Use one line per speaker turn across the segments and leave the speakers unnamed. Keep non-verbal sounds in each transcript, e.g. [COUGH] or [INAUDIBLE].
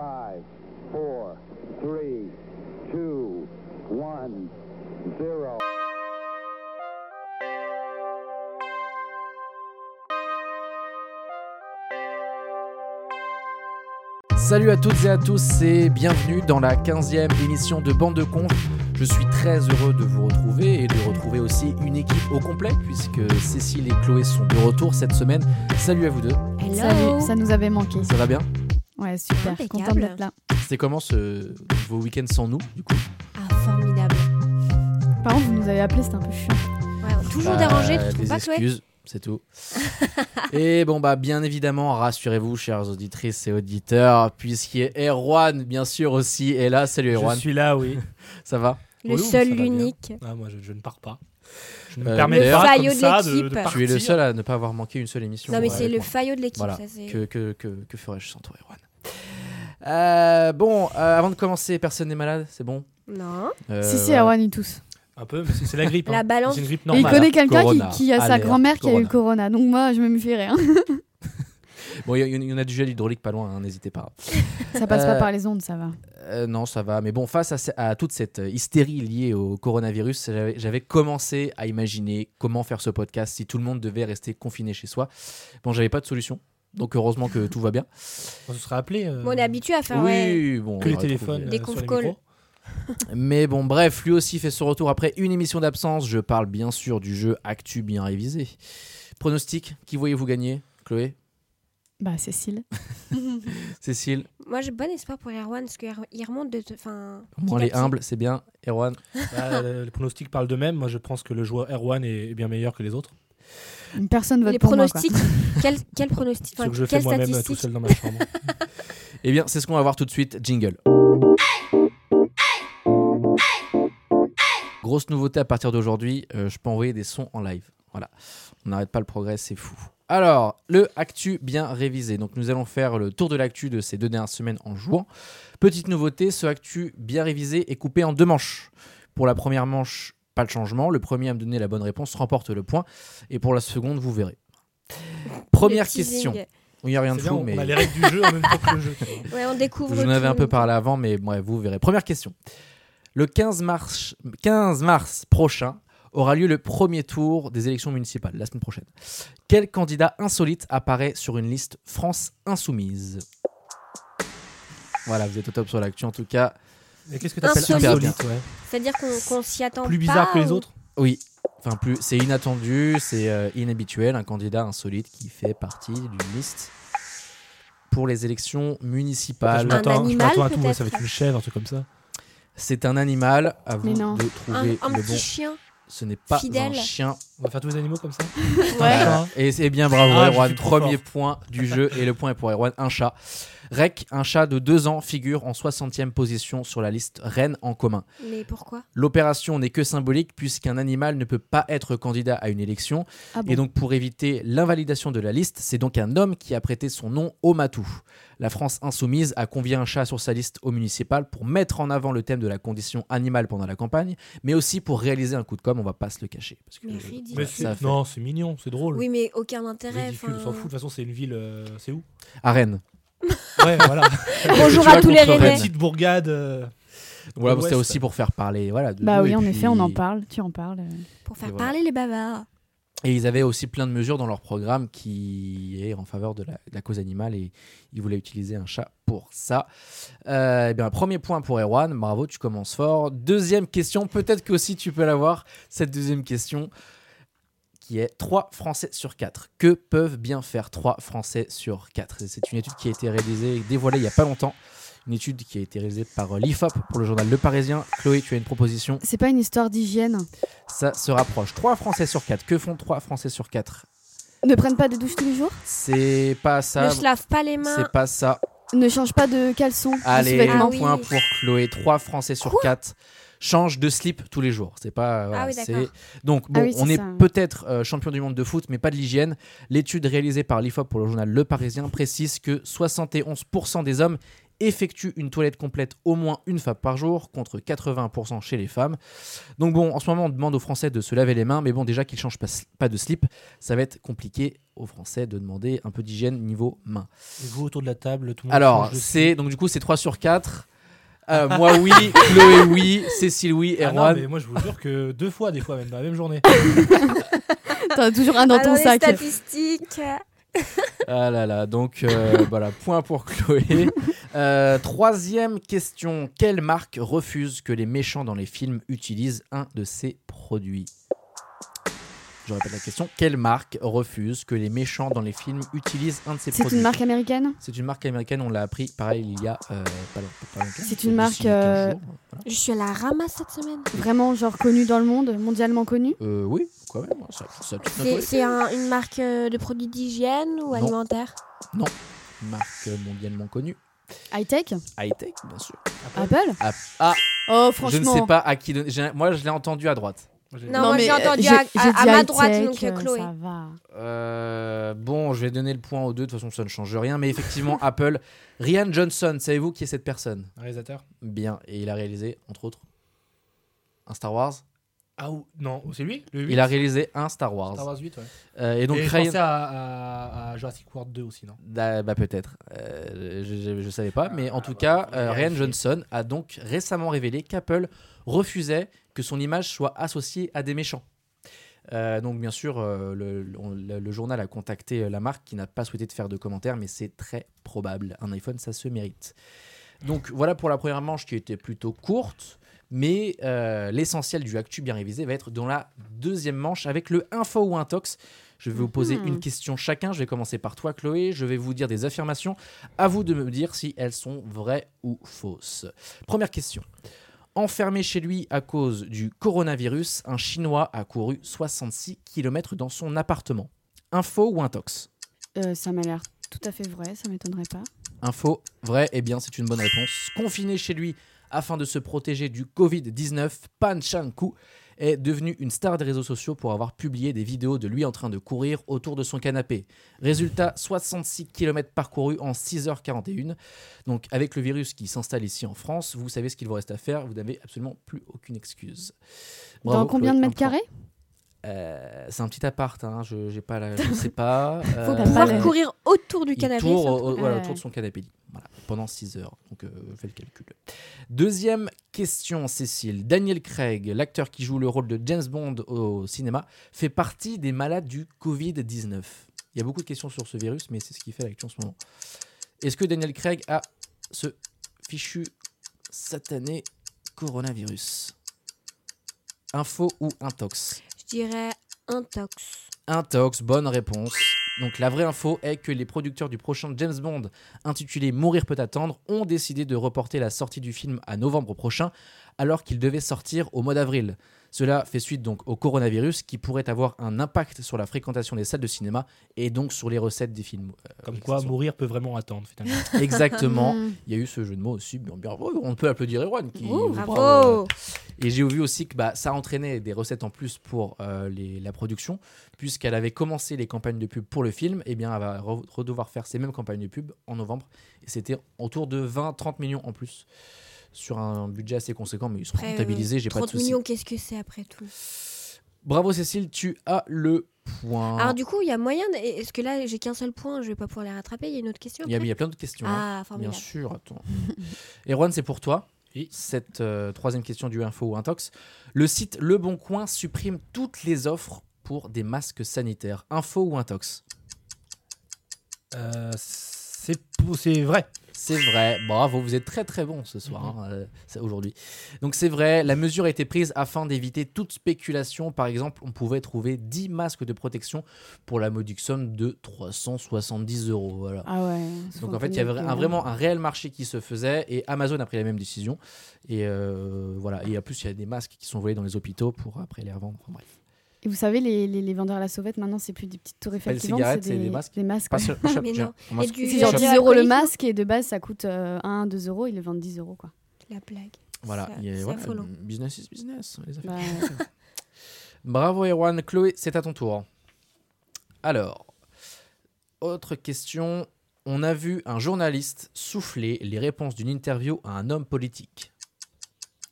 five, four, three, two, one, zero.
Salut à toutes et à tous et bienvenue dans la 15e émission de Bande de Conf. Je suis très heureux de vous retrouver et de retrouver aussi une équipe au complet puisque Cécile et Chloé sont de retour cette semaine. Salut à vous deux,
Hello.
Salut, ça nous avait manqué.
ça va bien
Ouais, super,
Impeccable.
contente d'être là.
C'était comment ce- vos week-ends sans nous du coup
Ah, formidable.
Par contre, vous nous avez appelé, c'était un peu chiant.
Ouais, toujours
Bah,
dérangé, tu
des
trouves pas, Chloé
excuses, c'est tout. [LAUGHS] et bon bah bien évidemment, rassurez-vous chères auditrices et auditeurs, puisqu'il y a Erwan bien sûr aussi est là. Salut Erwan,
Je suis là, oui. [LAUGHS]
ça va
Le
Oui, oui,
seul,
ça va bien.
l'unique.
Ah, moi, je, je ne pars pas. Je ne
Euh,
me permets
le
pas
faillot
comme
de
ça de, de
l'équipe.
partir.
Tu es le seul à ne pas avoir manqué une seule émission.
Non, mais
Ouais,
c'est le
moi.
faillot de l'équipe,
Voilà,
ça c'est.
Que, que, que, que ferais-je sans toi, Erwan Euh, Bon, euh, avant de commencer, personne n'est malade, c'est bon
Non.
Euh,
si, ah si,
voilà.
Awan, il tous.
Un peu, mais c'est c'est la grippe.
La
hein.
balance.
C'est une grippe
Et il
normale.
connaît quelqu'un qui,
bah, Corona,
qui a sa
alerte,
grand-mère qui a eu le
Corona.
corona, donc moi, je me fais rien.
Bon, il y, a- il y en a du gel hydraulique pas loin, hein, n'hésitez pas.
Ça passe
Euh,
pas par les ondes, ça va.
Euh, non, ça va. Mais bon, face à, ce- à toute cette euh, hystérie liée au coronavirus, j'avais- j'avais commencé à imaginer comment faire ce podcast si tout le monde devait rester confiné chez soi. Bon, j'avais pas de solution. Donc heureusement que tout va bien.
On se sera appelé. euh,
Bon, on est habitué à faire.
Ah
ouais.
oui, bon, on
Que les
aurait trouvé,
téléphones.
euh,
Des
euh, sur les
conf-calls.
micros.
Mais bon, bref, lui aussi fait son retour après une émission d'absence. Je parle bien sûr du jeu Actu bien révisé. Pronostic, qui voyez-vous gagner Chloé
Bah, Cécile.
Cécile
Moi, j'ai bon espoir pour Erwan parce qu'il remonte de. Enfin.
Moi,
petit à
les
petit.
humbles, c'est bien. Erwan
Bah, euh, les pronostics parlent d'eux-mêmes. Moi, je pense que le joueur Erwan est est bien meilleur que les autres.
Une personne vote
Les
pour
pronostics.
[LAUGHS]
quel, quel pronostic
Ce
enfin,
que je fais
Quelle
moi-même euh, tout
statistique
seul dans ma chambre.
Eh bien, c'est ce qu'on va voir tout de suite. Jingle. Grosse nouveauté à partir d'aujourd'hui, euh, je peux envoyer des sons en live. Voilà, on n'arrête pas le progrès, c'est fou. Alors, le actu bien révisé. Donc, nous allons faire le tour de l'actu de ces deux dernières semaines en jouant. Petite nouveauté, ce actu bien révisé est coupé en deux manches. Pour la première manche, pas de changement. Le premier à me donner la bonne réponse remporte le point. Et pour la seconde, vous
[LAUGHS]
verrez. Première
Le teasing.
question. Il n'y a [LAUGHS] rien
C'est
de
bien,
fou,
on
mais
on a les règles du jeu en même temps que le jeu. tu vois.
Ouais, on découvre.
je vous en avais
tout.
un peu parlé avant, mais bref, vous verrez. Première question. Le 15 mars, 15 mars prochain aura lieu le premier tour des élections municipales, la semaine prochaine. Quel candidat insolite apparaît sur une liste France Insoumise Voilà, vous êtes au top sur l'actu en tout cas.
Mais qu'est-ce que t'appelles
Insolite.
insolite ouais.
C'est-à-dire qu'on qu'on s'y attend
Plus bizarre
pas,
que les
ou-
autres
Oui, enfin plus, c'est inattendu, c'est euh, inhabituel, un candidat insolite qui fait partie d'une liste pour les élections
Je
municipales.
Un
m'attends je
animal,
m'attends à tout. moi,
peut-être
Ça va être une chèvre, un truc comme ça.
C'est un animal, à vous
Mais non.
de
Un,
trouver
un
le
petit
bon.
chien.
Ce n'est pas un
oh Fidèle.
chien,
On va faire tous les animaux comme ça
moi. quoi. Ouais.
Ah.
Et c'est bien bravo
Ah, je
Erwan,
suis trop
premier point du jeu et le point est pour Erwan, un chat. Rec, un chat de 2 ans, figure en 60e position sur la liste Rennes en commun.
Mais pourquoi
L'opération n'est que symbolique puisqu'un animal ne peut pas être candidat à une élection
Ah bon
et donc pour éviter l'invalidation de la liste, c'est donc un homme qui a prêté son nom au matou. La France insoumise a convié un chat sur sa liste au municipal pour mettre en avant le thème de la condition animale pendant la campagne, mais aussi pour réaliser un coup de com', on va pas se le cacher. Parce que
Mais ridicule.
Mais
Ouais,
ça
c'est-
fait-
Non, c'est mignon, c'est drôle.
Oui, mais aucun intérêt.
Oh, Ridicule, on s'en
enfin.
fout. De toute façon, c'est une ville. euh, c'est où
À Rennes.
[LAUGHS] Ouais, [LAUGHS] voilà.
Bonjour
Tu
à
vas
tous les
contre
Rennais.
Rennes.
Petite bourgade. euh,
Voilà,
Ouest.
c'était aussi pour faire parler. Voilà, de
Bah
nous,
oui,
et
en
puis-
effet, on en parle, tu en parles. euh.
Pour faire
Et voilà.
parler les bavards.
Et ils avaient aussi plein de mesures dans leur programme qui est en faveur de la, de la cause animale et ils voulaient utiliser un chat pour ça. Euh, eh bien, premier point pour Erwan, bravo, tu commences fort. Deuxième question, peut-être que aussi tu peux l'avoir, cette deuxième question qui est 3 Français sur 4. Que peuvent bien faire 3 Français sur 4 C'est une étude qui a été réalisée et dévoilée il n'y a pas longtemps. Une étude qui a été réalisée par euh, l'IFOP pour le journal Le Parisien. Chloé, tu as une proposition
C'est pas une histoire d'hygiène.
Ça se rapproche. 3 Français sur 4. Que font 3 Français sur 4
Ne prennent pas de douche tous les jours.
C'est pas ça.
Ne se lave pas les mains.
C'est pas ça.
Ne change pas de caleçon. de
Allez,
sous-vêtements.
Ah
un
oui.
point pour Chloé. 3 Français sur 4 changent de slip tous les jours. C'est pas. voilà,
oui,
c'est-
d'accord.
Donc, bon,
Ah oui, c'est
on est
ça, ouais.
peut-être euh, champion du monde de foot, mais pas de l'hygiène. L'étude réalisée par l'IFOP pour le journal Le Parisien précise que 71% des hommes effectuent une toilette complète au moins une fois par jour, contre 80% chez les femmes. Donc bon, en ce moment, on demande aux Français de se laver les mains, mais bon, déjà qu'ils changent pas, pas de slip, ça va être compliqué aux Français de demander un peu d'hygiène niveau main.
Et vous, autour de la table, tout le monde
Alors,
change de-
c'est donc du coup, c'est 3 sur 4. Euh, moi
[LAUGHS]
oui, Chloé oui, Cécile oui,
Ah non,
Erwan.
mais moi, je vous jure que deux fois, des fois, même dans la même journée.
T'en as Ah. toujours un dans
Alors,
ton
Ah, les
sac.
statistiques.
Ah là là, donc
[LAUGHS]
euh, voilà, point pour Chloé. Euh, troisième question, quelle marque refuse que les méchants dans les films utilisent un de ses produits Je répète la question, quelle marque refuse que les méchants dans les films utilisent un de ses
C'est
produits
une marque américaine
C'est une marque américaine, on l'a appris pareil il y a euh, pas longtemps- pas longtemps.
C'est
d'ici
une marque,
15
euh,
jours. Voilà.
Je suis à la ramasse cette semaine.
Bah,
Vraiment, genre connue dans le monde, mondialement connue
Euh, oui, quand même, ça, ça- ça-
C'est, c'est un- une marque euh, de produits d'hygiène ou
Non.
alimentaire
une marque mondialement connue,
High-tech
high-tech bien sûr.
Apple
Ah, ah,
Oh,
je ne
franchement.
sais pas à qui donner, j'ai- moi je l'ai entendu à droite.
Moi, j'ai-
Non, moi, j'ai
euh,
entendu
j'ai-
à-
j'ai
à-
dit
à ma droite,
high-tech,
donc,
euh,
Chloé.
Ça va.
Euh, bon, je vais donner le point aux deux, de toute façon ça ne change rien, mais
[LAUGHS]
effectivement Apple, Rian Johnson, savez-vous qui est cette personne
Un réalisateur
Bien, et il a réalisé, entre autres, un Star Wars.
Ah, ou... non, c'est lui Le huit
Il a réalisé un Star Wars.
Star Wars 8, ouais.
Euh, et donc
Donc, et je
Rian...
pensais à, à- à Jurassic World 2 aussi, non
Ah, bah peut-être, Euh, je, je- je savais pas, mais en
Ah,
tout
bah,
cas,
faut
euh, Rian
vérifier.
Johnson a donc récemment révélé qu'Apple refusait que son image soit associée à des méchants. Euh, donc bien sûr, euh, le, le- on- le- le journal a contacté euh, la marque qui n'a pas souhaité de faire de commentaires, mais c'est très probable. Un iPhone, ça se mérite. Donc voilà pour la première manche qui était plutôt courte, mais euh, l'essentiel du actu bien révisé va être dans la deuxième manche avec le info ou intox. Je vais vous poser
Mhm.
une question chacun. Je vais commencer par toi, Chloé. Je vais vous dire des affirmations. À vous de me dire si elles sont vraies ou fausses. Première question. Enfermé chez lui à cause du coronavirus, un Chinois a couru 66 km dans son appartement. Info ou intox
Euh, ça m'a l'air tout à fait vrai, ça m'étonnerait pas.
Info, vrai, eh bien c'est une bonne réponse. Confiné chez lui afin de se protéger du Covid-19, Pan Chang-ku est devenu une star des réseaux sociaux pour avoir publié des vidéos de lui en train de courir autour de son canapé. Résultat, 66 km parcourus en 6h41. Donc avec le virus qui s'installe ici en France, vous savez ce qu'il vous reste à faire, vous n'avez absolument plus aucune excuse. Bravo,
dans combien de
Chloé,
mètres
un point.
carrés
Euh, C'est un petit appart, hein, je j'ai pas la- je sais pas.
[LAUGHS] Faut pas
Euh,
parler.
Parcourir courir autour du
il
canapé.
tourne
ça-
au- au- voilà,
Ouais.
autour de son canapé lit. Voilà, pendant 6 heures. Donc, euh, fais le calcul. Deuxième question, Cécile. Daniel Craig, l'acteur qui joue le rôle de James Bond au cinéma, fait partie des malades du Covid-19. Il y a beaucoup de questions sur ce virus, mais c'est ce qui fait l'actu en ce moment. Est-ce que Daniel Craig a ce fichu satané coronavirus Info ou intox
Je dirais intox.
Intox, bonne réponse. Donc la vraie info est que les producteurs du prochain James Bond intitulé Mourir peut attendre ont décidé de reporter la sortie du film à novembre prochain alors qu'il devait sortir au mois d'avril. Cela fait suite donc au coronavirus qui pourrait avoir un impact sur la fréquentation des salles de cinéma et donc sur les recettes des films. Euh,
Comme quoi,
exactement.
mourir peut vraiment attendre, finalement.
Exactement.
Hmm.
Il y a eu ce jeu de mots aussi. bien, bien, On peut applaudir Erwan qui
Ouh,
vous parle, euh,
Bravo
et j'ai vu aussi que bah, ça entraînait des recettes en plus pour euh, les- la production, puisqu'elle avait commencé les campagnes de pub pour le film, et bien elle va re- redevoir faire ces mêmes campagnes de pub en novembre. Et c'était autour de 20-30 millions en plus, sur un budget assez conséquent, mais ils sont
Après, euh,
comptabilisés, j'ai pas de
30
soucis.
millions, qu'est-ce que c'est après tout
Bravo Cécile, tu as le point.
Alors du coup, il y a moyen... de- et- Est-ce que là, j'ai qu'un seul point, je vais pas pouvoir les rattraper Il y a une autre question
il, y a,
après
il y a plein d'autres questions. hein.
Ah,
Bien
formidable.
sûr, attends. Erwan, c'est pour toi.
Oui.
Cette euh, troisième question du Info ou Intox. Le site Le Bon Coin supprime toutes les offres pour des masques sanitaires. Info ou Intox
Euh, c'est c'est vrai.
C'est vrai, bravo, vous êtes très très bon ce soir, hein, euh, c'est aujourd'hui. Donc c'est vrai, la mesure a été prise afin d'éviter toute spéculation. Par exemple, on pouvait trouver 10 masques de protection pour la modique somme de 370 euros. Voilà.
Ah ouais.
Donc en fait, il y avait un- vraiment un réel marché qui se faisait et Amazon a pris la même décision. Et euh, voilà. Et en plus, il y a des masques qui sont volés dans les hôpitaux pour après les revendre. Enfin, bref.
Et vous savez, les, les, les vendeurs à la sauvette, maintenant, c'est plus des petites tours Eiffel
des
qui vendent,
cigarettes, c'est des masques.
Des masques.
Pas
ouais.
sûr- je-
Ah, Mais
j'ai-
non.
on m'a-
Et du-
C'est genre
je-
10 euros le
alcoolique, non
masque et de base ça coûte euh, 1, 2 euros, ils le vendent 10 euros
[LAUGHS]
quoi.
La blague.
Voilà.
C'est-
il y a-
euh,
mm,
c'est
voilà,
affolant.
business is business. les affaires.
Bah,
[LAUGHS] Bravo Erwan. Chloé, c'est à ton tour. Alors, autre question. on a vu un journaliste souffler les réponses d'une interview à un homme politique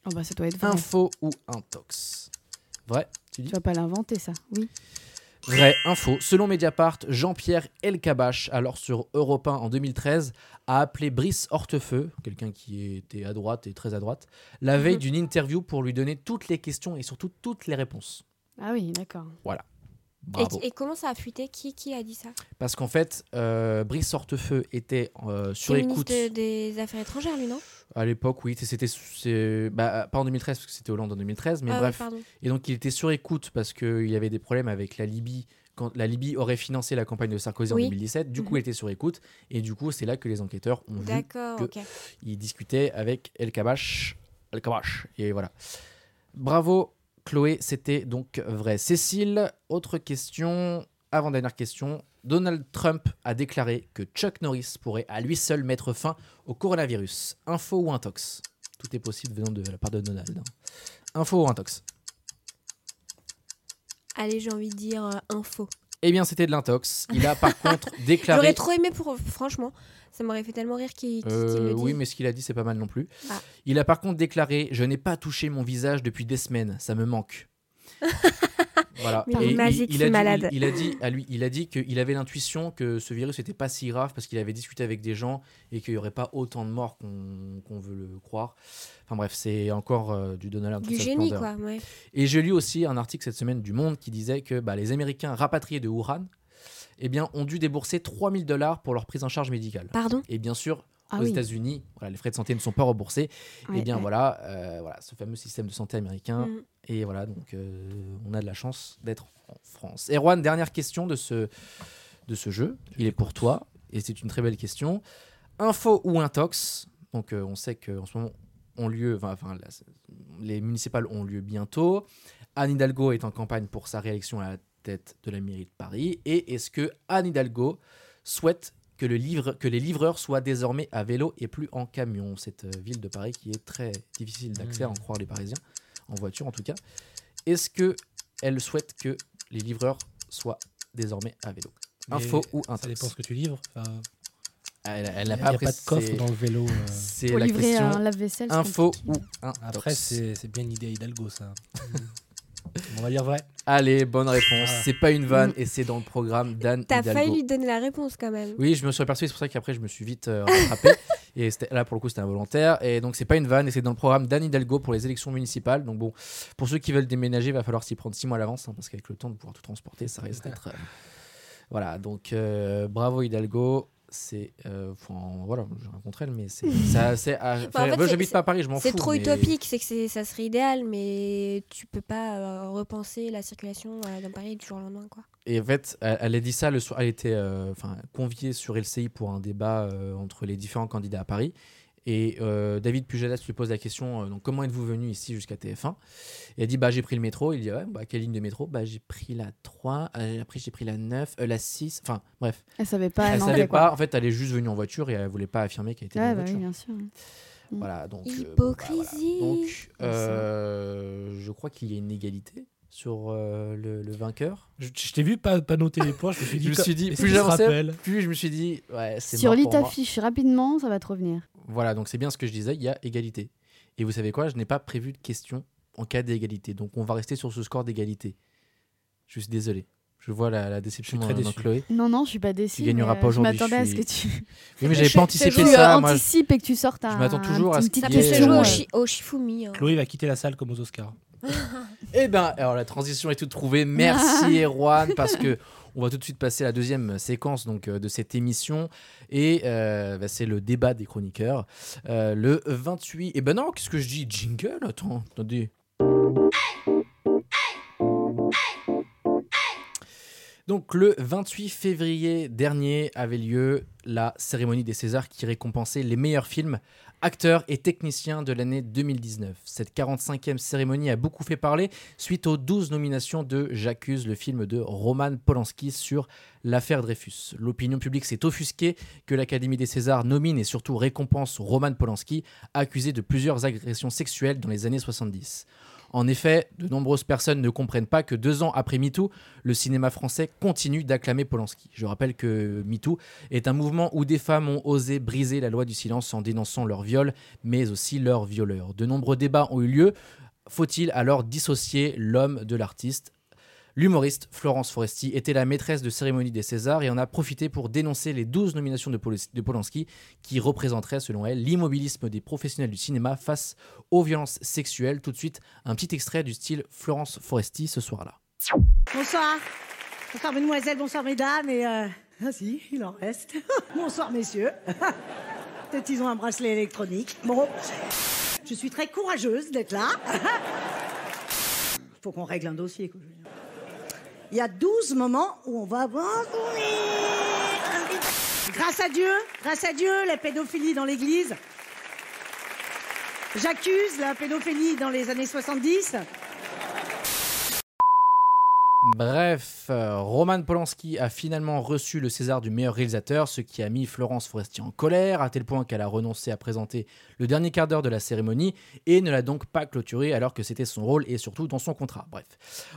Oh bah ça doit être
Ah
vrai.
Info ou intox Vrai, tu dis
Tu vas pas l'inventer ça, oui.
Vrai, info. Selon Mediapart, Jean-Pierre Elkabach, alors sur Europe 1 en 2013, a appelé Brice Hortefeux, quelqu'un qui était à droite et très à droite, la veille
Mhm.
d'une interview pour lui donner toutes les questions et surtout toutes les réponses.
Ah oui, d'accord.
Et,
Bravo.
et comment ça a fuité qui, qui a dit ça
Parce qu'en fait, euh, Brice Hortefeux était euh, sur
le ministre
écoute
de- des Affaires étrangères, lui, non
à l'époque, oui, c'était c'est- bah, pas en 2013 parce que c'était Hollande en 2013, mais
Ah oui,
bref.
pardon.
Et donc il était sur écoute parce qu'il avait des problèmes avec la Libye. Quand la Libye aurait financé la campagne de Sarkozy
Oui. Mhm.
en 2017, du coup il était sur écoute. Et du coup c'est là que les enquêteurs ont vu.
D'accord,
que-
ok.
Il discutait avec El Kabash. El Kabash. Et voilà. Bravo Chloé, c'était donc vrai. Cécile, autre question, avant-dernière question. Donald Trump a déclaré que Chuck Norris pourrait à lui seul mettre fin au coronavirus. Info ou intox Tout est possible venant de la part de Donald. hein. Info ou intox
Allez, j'ai envie de dire euh, info.
Eh bien, c'était de l'intox. Il a par
[LAUGHS]
contre
J'aurais
déclaré.
trop aimé pour. Franchement, ça m'aurait fait tellement rire qu'il qu'il- qu'il
Euh,
le dise.
oui, mais ce qu'il a dit, c'est pas mal non plus.
Ah.
Il a par contre déclaré Je n'ai pas touché mon visage depuis des semaines, ça me
[LAUGHS]
manque. voilà.
Mais
Et
l'image
il,
est
il a dit,
malade.
il- il a dit à lui, il a dit qu'il avait l'intuition que ce virus n'était pas si grave parce qu'il avait discuté avec des gens et qu'il n'y aurait pas autant de morts qu'on qu'on veut le croire. Enfin bref, c'est encore euh, du Donald Trump.
Du
sa
génie,
splendeur.
quoi. ouais.
Et j'ai lu aussi un article cette semaine du Monde qui disait que bah, les Américains rapatriés de Wuhan eh bien, ont dû débourser 3000 dollars pour leur prise en charge médicale.
Pardon
Et bien sûr,
Ah
aux
oui.
États-Unis, voilà, les frais de santé ne sont pas remboursés.
Ouais,
et bien
ouais.
voilà, euh, voilà, ce fameux système de santé américain.
Mm.
Et voilà, donc euh, on a de la chance d'être en France. Erwan, dernière question de ce, de ce jeu. Il est pour toi, et c'est une très belle question. Info ou intox Donc euh, on sait qu'en ce moment, ont lieu, enfin, enfin, là, c'est- les municipales ont lieu bientôt. Anne Hidalgo est en campagne pour sa réélection à la tête de la mairie de Paris. Et est-ce que Anne Hidalgo souhaite que, le livre, que les livreurs soient désormais à vélo et plus en camion Cette euh, ville de Paris qui est très difficile d'accès, à en croire les Parisiens, en voiture en tout cas. Est-ce que elle souhaite que les livreurs soient désormais à vélo Info ou
Ça
intox
dépend ce que tu livres. Enfin,
Ah, Elle elle
Il
n'a
n'y a
pas,
pas de
précisé-
coffre dans le vélo. euh.
[LAUGHS] C'est
Pour
la
livrer
question. Ah,
un lave-vaisselle. c'est
Info
compliqué.
ou intox
Après, c'est c'est bien une idée à Hidalgo, ça. [LAUGHS] On va dire vrai.
Allez, bonne réponse.
Ah.
C'est pas une vanne et c'est dans le programme d'Anne
Mm. T'as
Hidalgo.
failli lui donner la réponse quand même.
Oui, je me suis aperçu, c'est pour ça qu'après je me suis vite euh,
[LAUGHS]
rattrapé. et c'était- là, pour le coup, c'était involontaire. Et donc, c'est pas une vanne, et c'est dans le programme d'Anne Hidalgo pour les élections municipales. Donc, bon, pour ceux qui veulent déménager, il va falloir s'y prendre six mois à l'avance, hein, parce qu'avec le temps de pouvoir tout transporter, ça risque d'être. euh, Voilà, donc euh, bravo Hidalgo. C'est. euh, enfin, voilà, j'ai rien contre elle, mais
[LAUGHS]
c'est. ça, c'est à- enfin,
Bah, fait,
moi,
c'est-
j'habite pas à Paris, je m'en fous.
C'est trop
mais-
utopique, c'est que c'est- ça serait idéal, mais tu peux pas euh, repenser la circulation euh, dans Paris du jour au lendemain, quoi.
Et en fait, elle, elle a dit ça le soir. Elle était euh, enfin, conviée sur LCI pour un débat euh, entre les différents candidats à Paris. Et euh, David Pujadas lui pose la question euh, donc, comment êtes-vous venu ici jusqu'à TF1 Et elle dit bah, j'ai pris le métro. Il dit ouais, bah, quelle ligne de métro bah, J'ai pris la 3, euh, après j'ai pris la 9, euh, la 6. Enfin, bref.
Elle savait pas.
elle
non,
savait
quoi.
pas. En fait, elle est juste venue en voiture et elle voulait pas affirmer qu'elle était venue
Ouais,
en
bah oui, hein.
voiture.
bien sûr.
Voilà, donc. euh, bon, bah, voilà.
Hypocrisie
Donc,
Comme ça.
euh, je crois qu'il y a une égalité sur euh, le- le vainqueur.
Je, je t'ai vu pas, pas noter les points. Je me suis dit,
Je me suis dit,
est-ce
plus
qu'il se
j'avançais-
rappelle
plus je me suis dit, ouais, c'est
Sur
mort
lit
pour moi.
t'affiche rapidement, ça va te revenir.
Voilà, donc c'est bien ce que je disais, il y a égalité. Et vous savez quoi, je n'ai pas prévu de question en cas d'égalité. Donc on va rester sur ce score d'égalité. Je suis désolé. Je vois la, la déception
Je suis très
dans- dans
déçu.
Chloé.
Non, non, je suis pas déçue.
Tu gagneras
mais,
pas
euh,
aujourd'hui,
Je m'attendais à ce
je
que tu,
Oui, mais
Mais
j'avais
je-
pas
je-
anticipé
tu
ça.
euh,
Moi, je-
anticipes et que tu sortes un.
je m'attends toujours
un
à ce qu'il
petit-
Ça
y
peut
ait,
se
euh,
jouer
ouais.
au, chi- au Shifumi. hein.
Chloé va quitter la salle comme aux Oscars.
Eh ben, alors la transition est toute trouvée. Merci Erwan parce que on va tout de suite passer à la deuxième séquence donc euh, de cette émission et euh, bah, c'est le débat des chroniqueurs. Euh, le 28. Eh ben non, qu'est-ce que je dis Jingle Attends, attendez. Donc le 28 février dernier avait lieu la cérémonie des Césars qui récompensait les meilleurs films acteur et technicien de l'année 2019. Cette 45e cérémonie a beaucoup fait parler suite aux 12 nominations de J'accuse, le film de Roman Polanski sur l'affaire Dreyfus. L'opinion publique s'est offusquée que l'Académie des Césars nomine et surtout récompense Roman Polanski, accusé de plusieurs agressions sexuelles dans les années 70. En effet, de nombreuses personnes ne comprennent pas que deux ans après MeToo, le cinéma français continue d'acclamer Polanski. Je rappelle que MeToo est un mouvement où des femmes ont osé briser la loi du silence en dénonçant leur viol, mais aussi leurs violeurs. De nombreux débats ont eu lieu. Faut-il alors dissocier l'homme de l'artiste L'humoriste Florence Foresti était la maîtresse de cérémonie des Césars et en a profité pour dénoncer les 12 nominations de, Polis- de Polanski qui représenteraient, selon elle, l'immobilisme des professionnels du cinéma face aux violences sexuelles. Tout de suite, un petit extrait du style Florence Foresti ce soir-là.
Bonsoir. Bonsoir, mesdemoiselles, bonsoir, mesdames. Et euh, ah si, il en reste. [LAUGHS] bonsoir, messieurs. [LAUGHS] Peut-être ils ont un bracelet électronique. Bon, je suis très courageuse d'être là. [LAUGHS] Faut qu'on règle un dossier. quoi. Il y a 12 moments où on va avoir... Grâce à Dieu, grâce à Dieu, la pédophilie dans l'église. J'accuse la pédophilie dans les années 70.
Bref, euh, Roman Polanski a finalement reçu le César du meilleur réalisateur, ce qui a mis Florence Foresti en colère, à tel point qu'elle a renoncé à présenter le dernier quart d'heure de la cérémonie et ne l'a donc pas clôturé alors que c'était son rôle et surtout dans son contrat. Bref.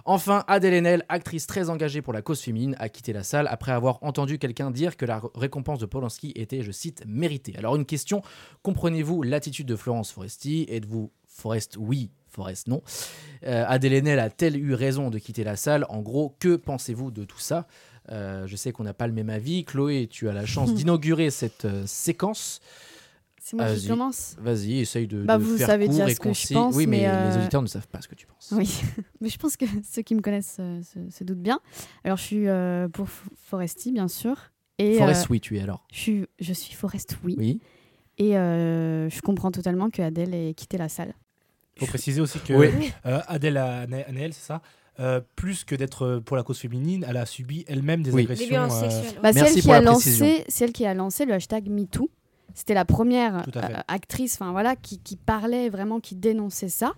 Enfin, Adèle Haenel, actrice très engagée pour la cause féminine, a quitté la salle après avoir entendu quelqu'un dire que la r- récompense de Polanski était, je cite, méritée. Alors une question, comprenez-vous l'attitude de Florence Foresti Êtes-vous Forest oui, Forest non euh, Adèle Haenel a-t-elle eu raison de quitter la salle En gros, que pensez-vous de tout ça Euh, Je sais qu'on n'a pas le même avis. Chloé, tu as la
[LAUGHS]
chance d'inaugurer cette euh, séquence.
C'est moi
Vas-y.
qui commence.
Vas-y, essaye de,
Bah,
de
vous
faire
savez
court
déjà
et
ce que je
concis.
pense,
oui, mais,
mais, euh,
les auditeurs ne savent pas ce que tu penses.
Oui, [LAUGHS] mais je pense que ceux qui me connaissent euh, se, se doutent bien. Alors, je suis euh, pour F- Foresti, bien sûr. Et,
Forest,
euh,
oui, tu es alors.
je, suis, je suis Forest, oui.
Oui.
Et euh, je comprends totalement que Adèle ait quitté la salle.
Faut préciser aussi que
Oui.
euh, Adèle Anaël, c'est ça Euh, plus que d'être euh, pour la cause féminine, elle a subi elle-même des
Oui.
agressions.
Des violences
euh,
sexuelles. ouais.
Bah, c'est
Merci
elle qui
pour
a
la
lancé,
précision.
c'est elle qui a lancé le hashtag MeToo. C'était la première
Tout à fait.
euh, actrice, enfin voilà, qui, qui parlait vraiment, qui dénonçait ça.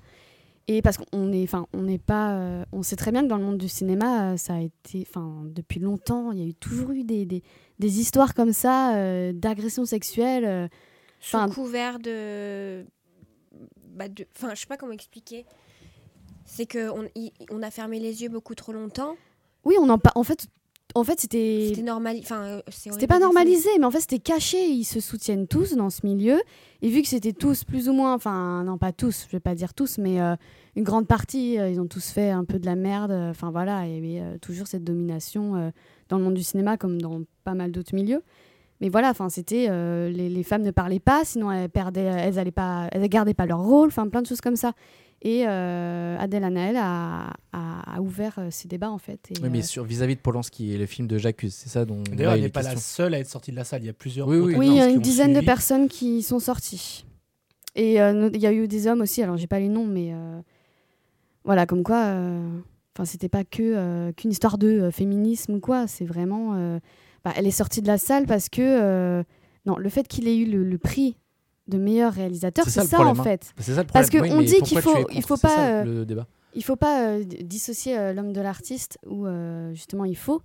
Et parce qu'on est, enfin, on n'est pas, euh, on sait très bien que dans le monde du cinéma, euh, ça a été, enfin, depuis longtemps, il y a eu toujours eu des, des, des histoires comme ça euh, d'agressions sexuelles. euh,
Sous
Enfin-
couvert de. bah, de- Enfin, je sais pas comment expliquer. C'est qu'on on a fermé les yeux beaucoup trop longtemps.
Oui, on en, pa- en fait, en fait, c'était
C'était normal. Enfin, euh, c'est
C'était
horrible
pas
de dire ça,
normalisé, mais en fait c'était caché. Ils se soutiennent tous dans ce milieu. Et vu que c'était tous plus ou moins, enfin non pas tous, je vais pas dire tous, mais euh, une grande partie, euh, ils ont tous fait un peu de la merde. euh, Enfin voilà, il y avait euh, toujours cette domination euh, dans le monde du cinéma comme dans pas mal d'autres milieux. Mais voilà, enfin c'était euh, les, les femmes ne parlaient pas, sinon elles perdaient, elles allaient pas, elles gardaient pas leur rôle, enfin plein de choses comme ça. Et euh, Adèle Haenel a, a- a ouvert euh, ces débats en fait. Et,
Oui, mais
euh,
sur vis-à-vis de Polanski et le film de J'accuse, c'est ça dont là,
D'ailleurs, elle
il
n'est
est
pas la
question.
seule à être sortie de la salle. Il y a plusieurs.
Oui, oui.
autres
Oui,
actrices
il y a
qui
une
ont
dizaine de
suivi.
personnes qui sont sorties. Et euh, no- il y a eu des hommes aussi, alors j'ai pas les noms, mais euh, voilà, comme quoi, euh, enfin c'était pas que euh, qu'une histoire de euh, féminisme ou quoi, c'est vraiment. euh, bah, elle est sortie de la salle parce que. euh, non, le fait qu'il ait eu le, le prix de meilleur réalisateur,
C'est
c'est
ça
ça,
le problème,
en
hein.
fait.
C'est ça le
Parce
problème.
que
Oui,
on
mais
dit
pourquoi
qu'il faut-
tu es
il
contre
faut
C'est ça,
pas, euh,
le
[LAUGHS]
débat.
Il faut pas euh, d- dissocier euh, l'homme de l'artiste ou euh, justement il faut.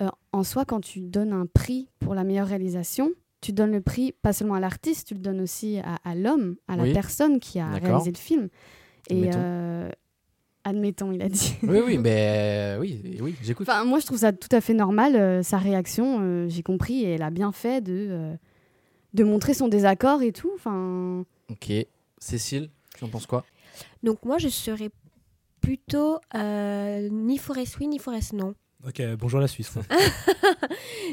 Euh, en soi, quand tu donnes un prix pour la meilleure réalisation, tu donnes le prix pas seulement à l'artiste, tu le donnes aussi à, à l'homme, à la
Oui.
personne qui a
D'accord.
réalisé le film. Et
Admettons.
euh, admettons, il
[LAUGHS]
a dit.
Oui, oui, mais euh, oui, oui, j'écoute.
Enfin, moi, je trouve ça tout à fait normal, euh, sa réaction. euh, J'ai compris et elle a bien fait de, euh, de montrer son désaccord et tout. Enfin,
Ok. Cécile, tu en penses quoi
c'est- Donc, moi, je serais plutôt euh, ni Forest oui, ni Forest non.
Ok, bonjour la Suisse. quoi.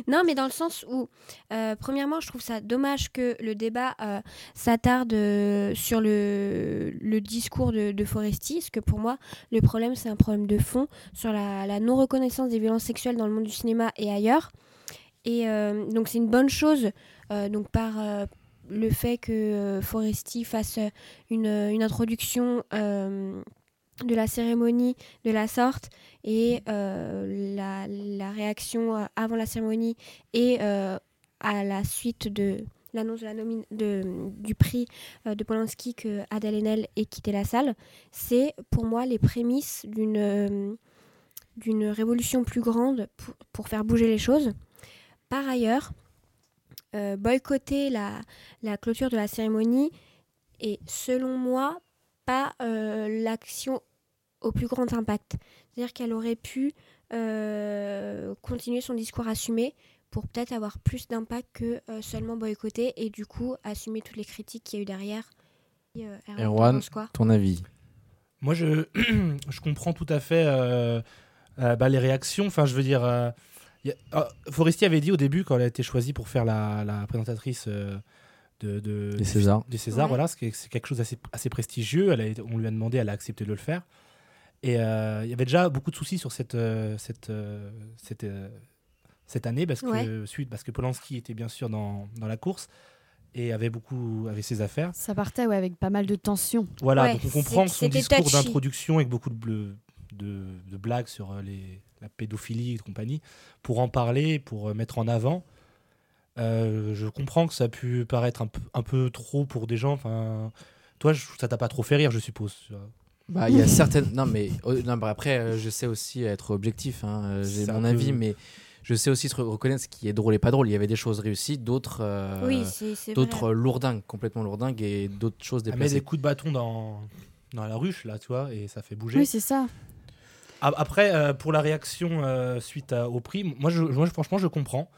Non, mais dans le sens où, euh, premièrement, je trouve ça dommage que le débat euh, s'attarde euh, sur le, le discours de, de Foresti, parce que pour moi, le problème, c'est un problème de fond sur la, la non-reconnaissance des violences sexuelles dans le monde du cinéma et ailleurs. Et euh, donc, c'est une bonne chose, euh, donc par euh, le fait que euh, Foresti fasse euh, une, une introduction euh, de la cérémonie de la sorte et euh, la, la réaction euh, avant la cérémonie et euh, à la suite de l'annonce de la nomine- de, du prix euh, de Polanski que Adèle Haenel ait quitté la salle, c'est pour moi les prémices d'une euh, d'une révolution plus grande pour, pour faire bouger les choses. Par ailleurs, euh, boycotter la, la clôture de la cérémonie est, selon moi, pas euh, l'action au plus grand impact. C'est-à-dire qu'elle aurait pu euh, continuer son discours assumé pour peut-être avoir plus d'impact que euh, seulement boycotter et du coup assumer toutes les critiques qu'il y a eu derrière. Et, euh, Erwan, t'en
Erwan.
penses quoi
Ton avis
Moi, je, [CLEARS THROAT] je comprends tout à fait euh, euh, bah, les réactions. Enfin, je veux dire, euh, y a- ah, Forestier avait dit au début, quand elle a été choisie pour faire la, la présentatrice euh, de, de,
Des Césars.
des Césars,
Ouais.
voilà, c'est que- c'est quelque chose d'assez assez prestigieux. Elle a été- on lui a demandé, elle a accepté de le faire. Et euh, il y avait déjà beaucoup de soucis sur cette, euh, cette, euh, cette, euh, cette année parce que,
Ouais.
suite, parce que Polanski était bien sûr dans, dans la course et avait beaucoup avait ses affaires.
Ça partait ouais, avec pas mal de tensions.
Voilà,
Ouais,
donc on
c'est-
comprend que son
c'était
discours
touchy.
d'introduction avec beaucoup de, bleu- de, de blagues sur euh, les, la pédophilie et compagnie, pour en parler, pour euh, mettre en avant. Euh, je comprends que ça a pu paraître un, peu- un peu trop pour des gens. Enfin, toi, je- ça t'a pas trop fait rire, je suppose.
Bah, il y a certaines. Non, mais euh, non, bah, après, euh, je sais aussi être objectif. hein, euh, J'ai
C'est
mon
un
avis,
peu-
mais je sais aussi se re- reconnaître ce qui est drôle et pas drôle. Il y avait des choses réussies, d'autres. euh,
Oui, c'est c'est vrai.
D'autres lourdingues, complètement lourdingues, et d'autres choses
Elle met des
déplacées.
coups de bâton dans, dans la ruche, là, tu vois, et ça fait bouger.
Oui, c'est ça.
A- Après, euh, pour la réaction euh, suite à- au prix, moi, je, moi, je- franchement, je comprends.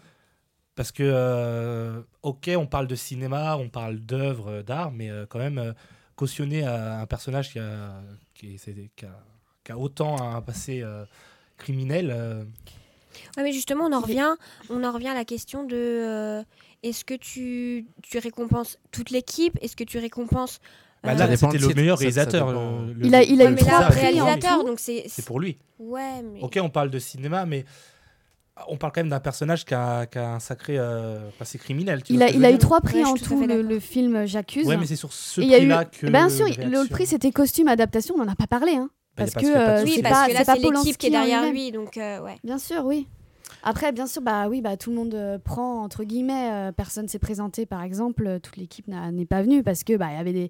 Parce que, euh, ok, on parle de cinéma, on parle d'œuvres euh, d'art, mais euh, quand même, euh, cautionner à un personnage qui a, qui, est- c'est- qui a, qui a autant un passé euh, criminel, euh,
Ouais, mais justement, on en revient, on en revient à la question de euh, est-ce que tu, tu récompenses toute l'équipe Est-ce que tu récompenses
bah
euh,
là,
Ah. Ça dépend
c'était
le
le meilleur
titre, ça- ça
réalisateur. euh,
dépend.
le- le-
Il a- il a
le-
eu
mais là,
trois
c'est-
prix en
réalisateur,
tout.
donc c'est
C'est pour lui.
ouais, mais
Ok, on parle de cinéma, mais on parle quand même d'un personnage qui a, qui a un sacré euh, passé criminel. tu
Il
vois
a,
ce que
il
je
a
veux
eu
dire
trois prix
Ouais, je
en
suis tout à
tout,
fait
le,
d'accord.
le film euh, J'accuse.
Ouais, mais c'est sur ce
Et il y a eu, Eh ben,
prix-là que.
bien sûr,
les
le, le
réactions-
prix c'était costume, adaptation, on n'en a pas parlé. Hein,
Bah, y a
parce
pas
que
de- y a pas de
euh,
souci.
oui,
c'est
parce
pas,
que là,
c'est pas
c'est l'équipe qui
Polanski
est
en
derrière
lui-même.
lui, donc euh, ouais.
Bien sûr, oui. Après, bien sûr, bah oui, bah tout le monde euh, prend entre guillemets. euh, personne s'est présenté, par exemple, euh, toute l'équipe n'a- n'est pas venue parce que bah il y avait des,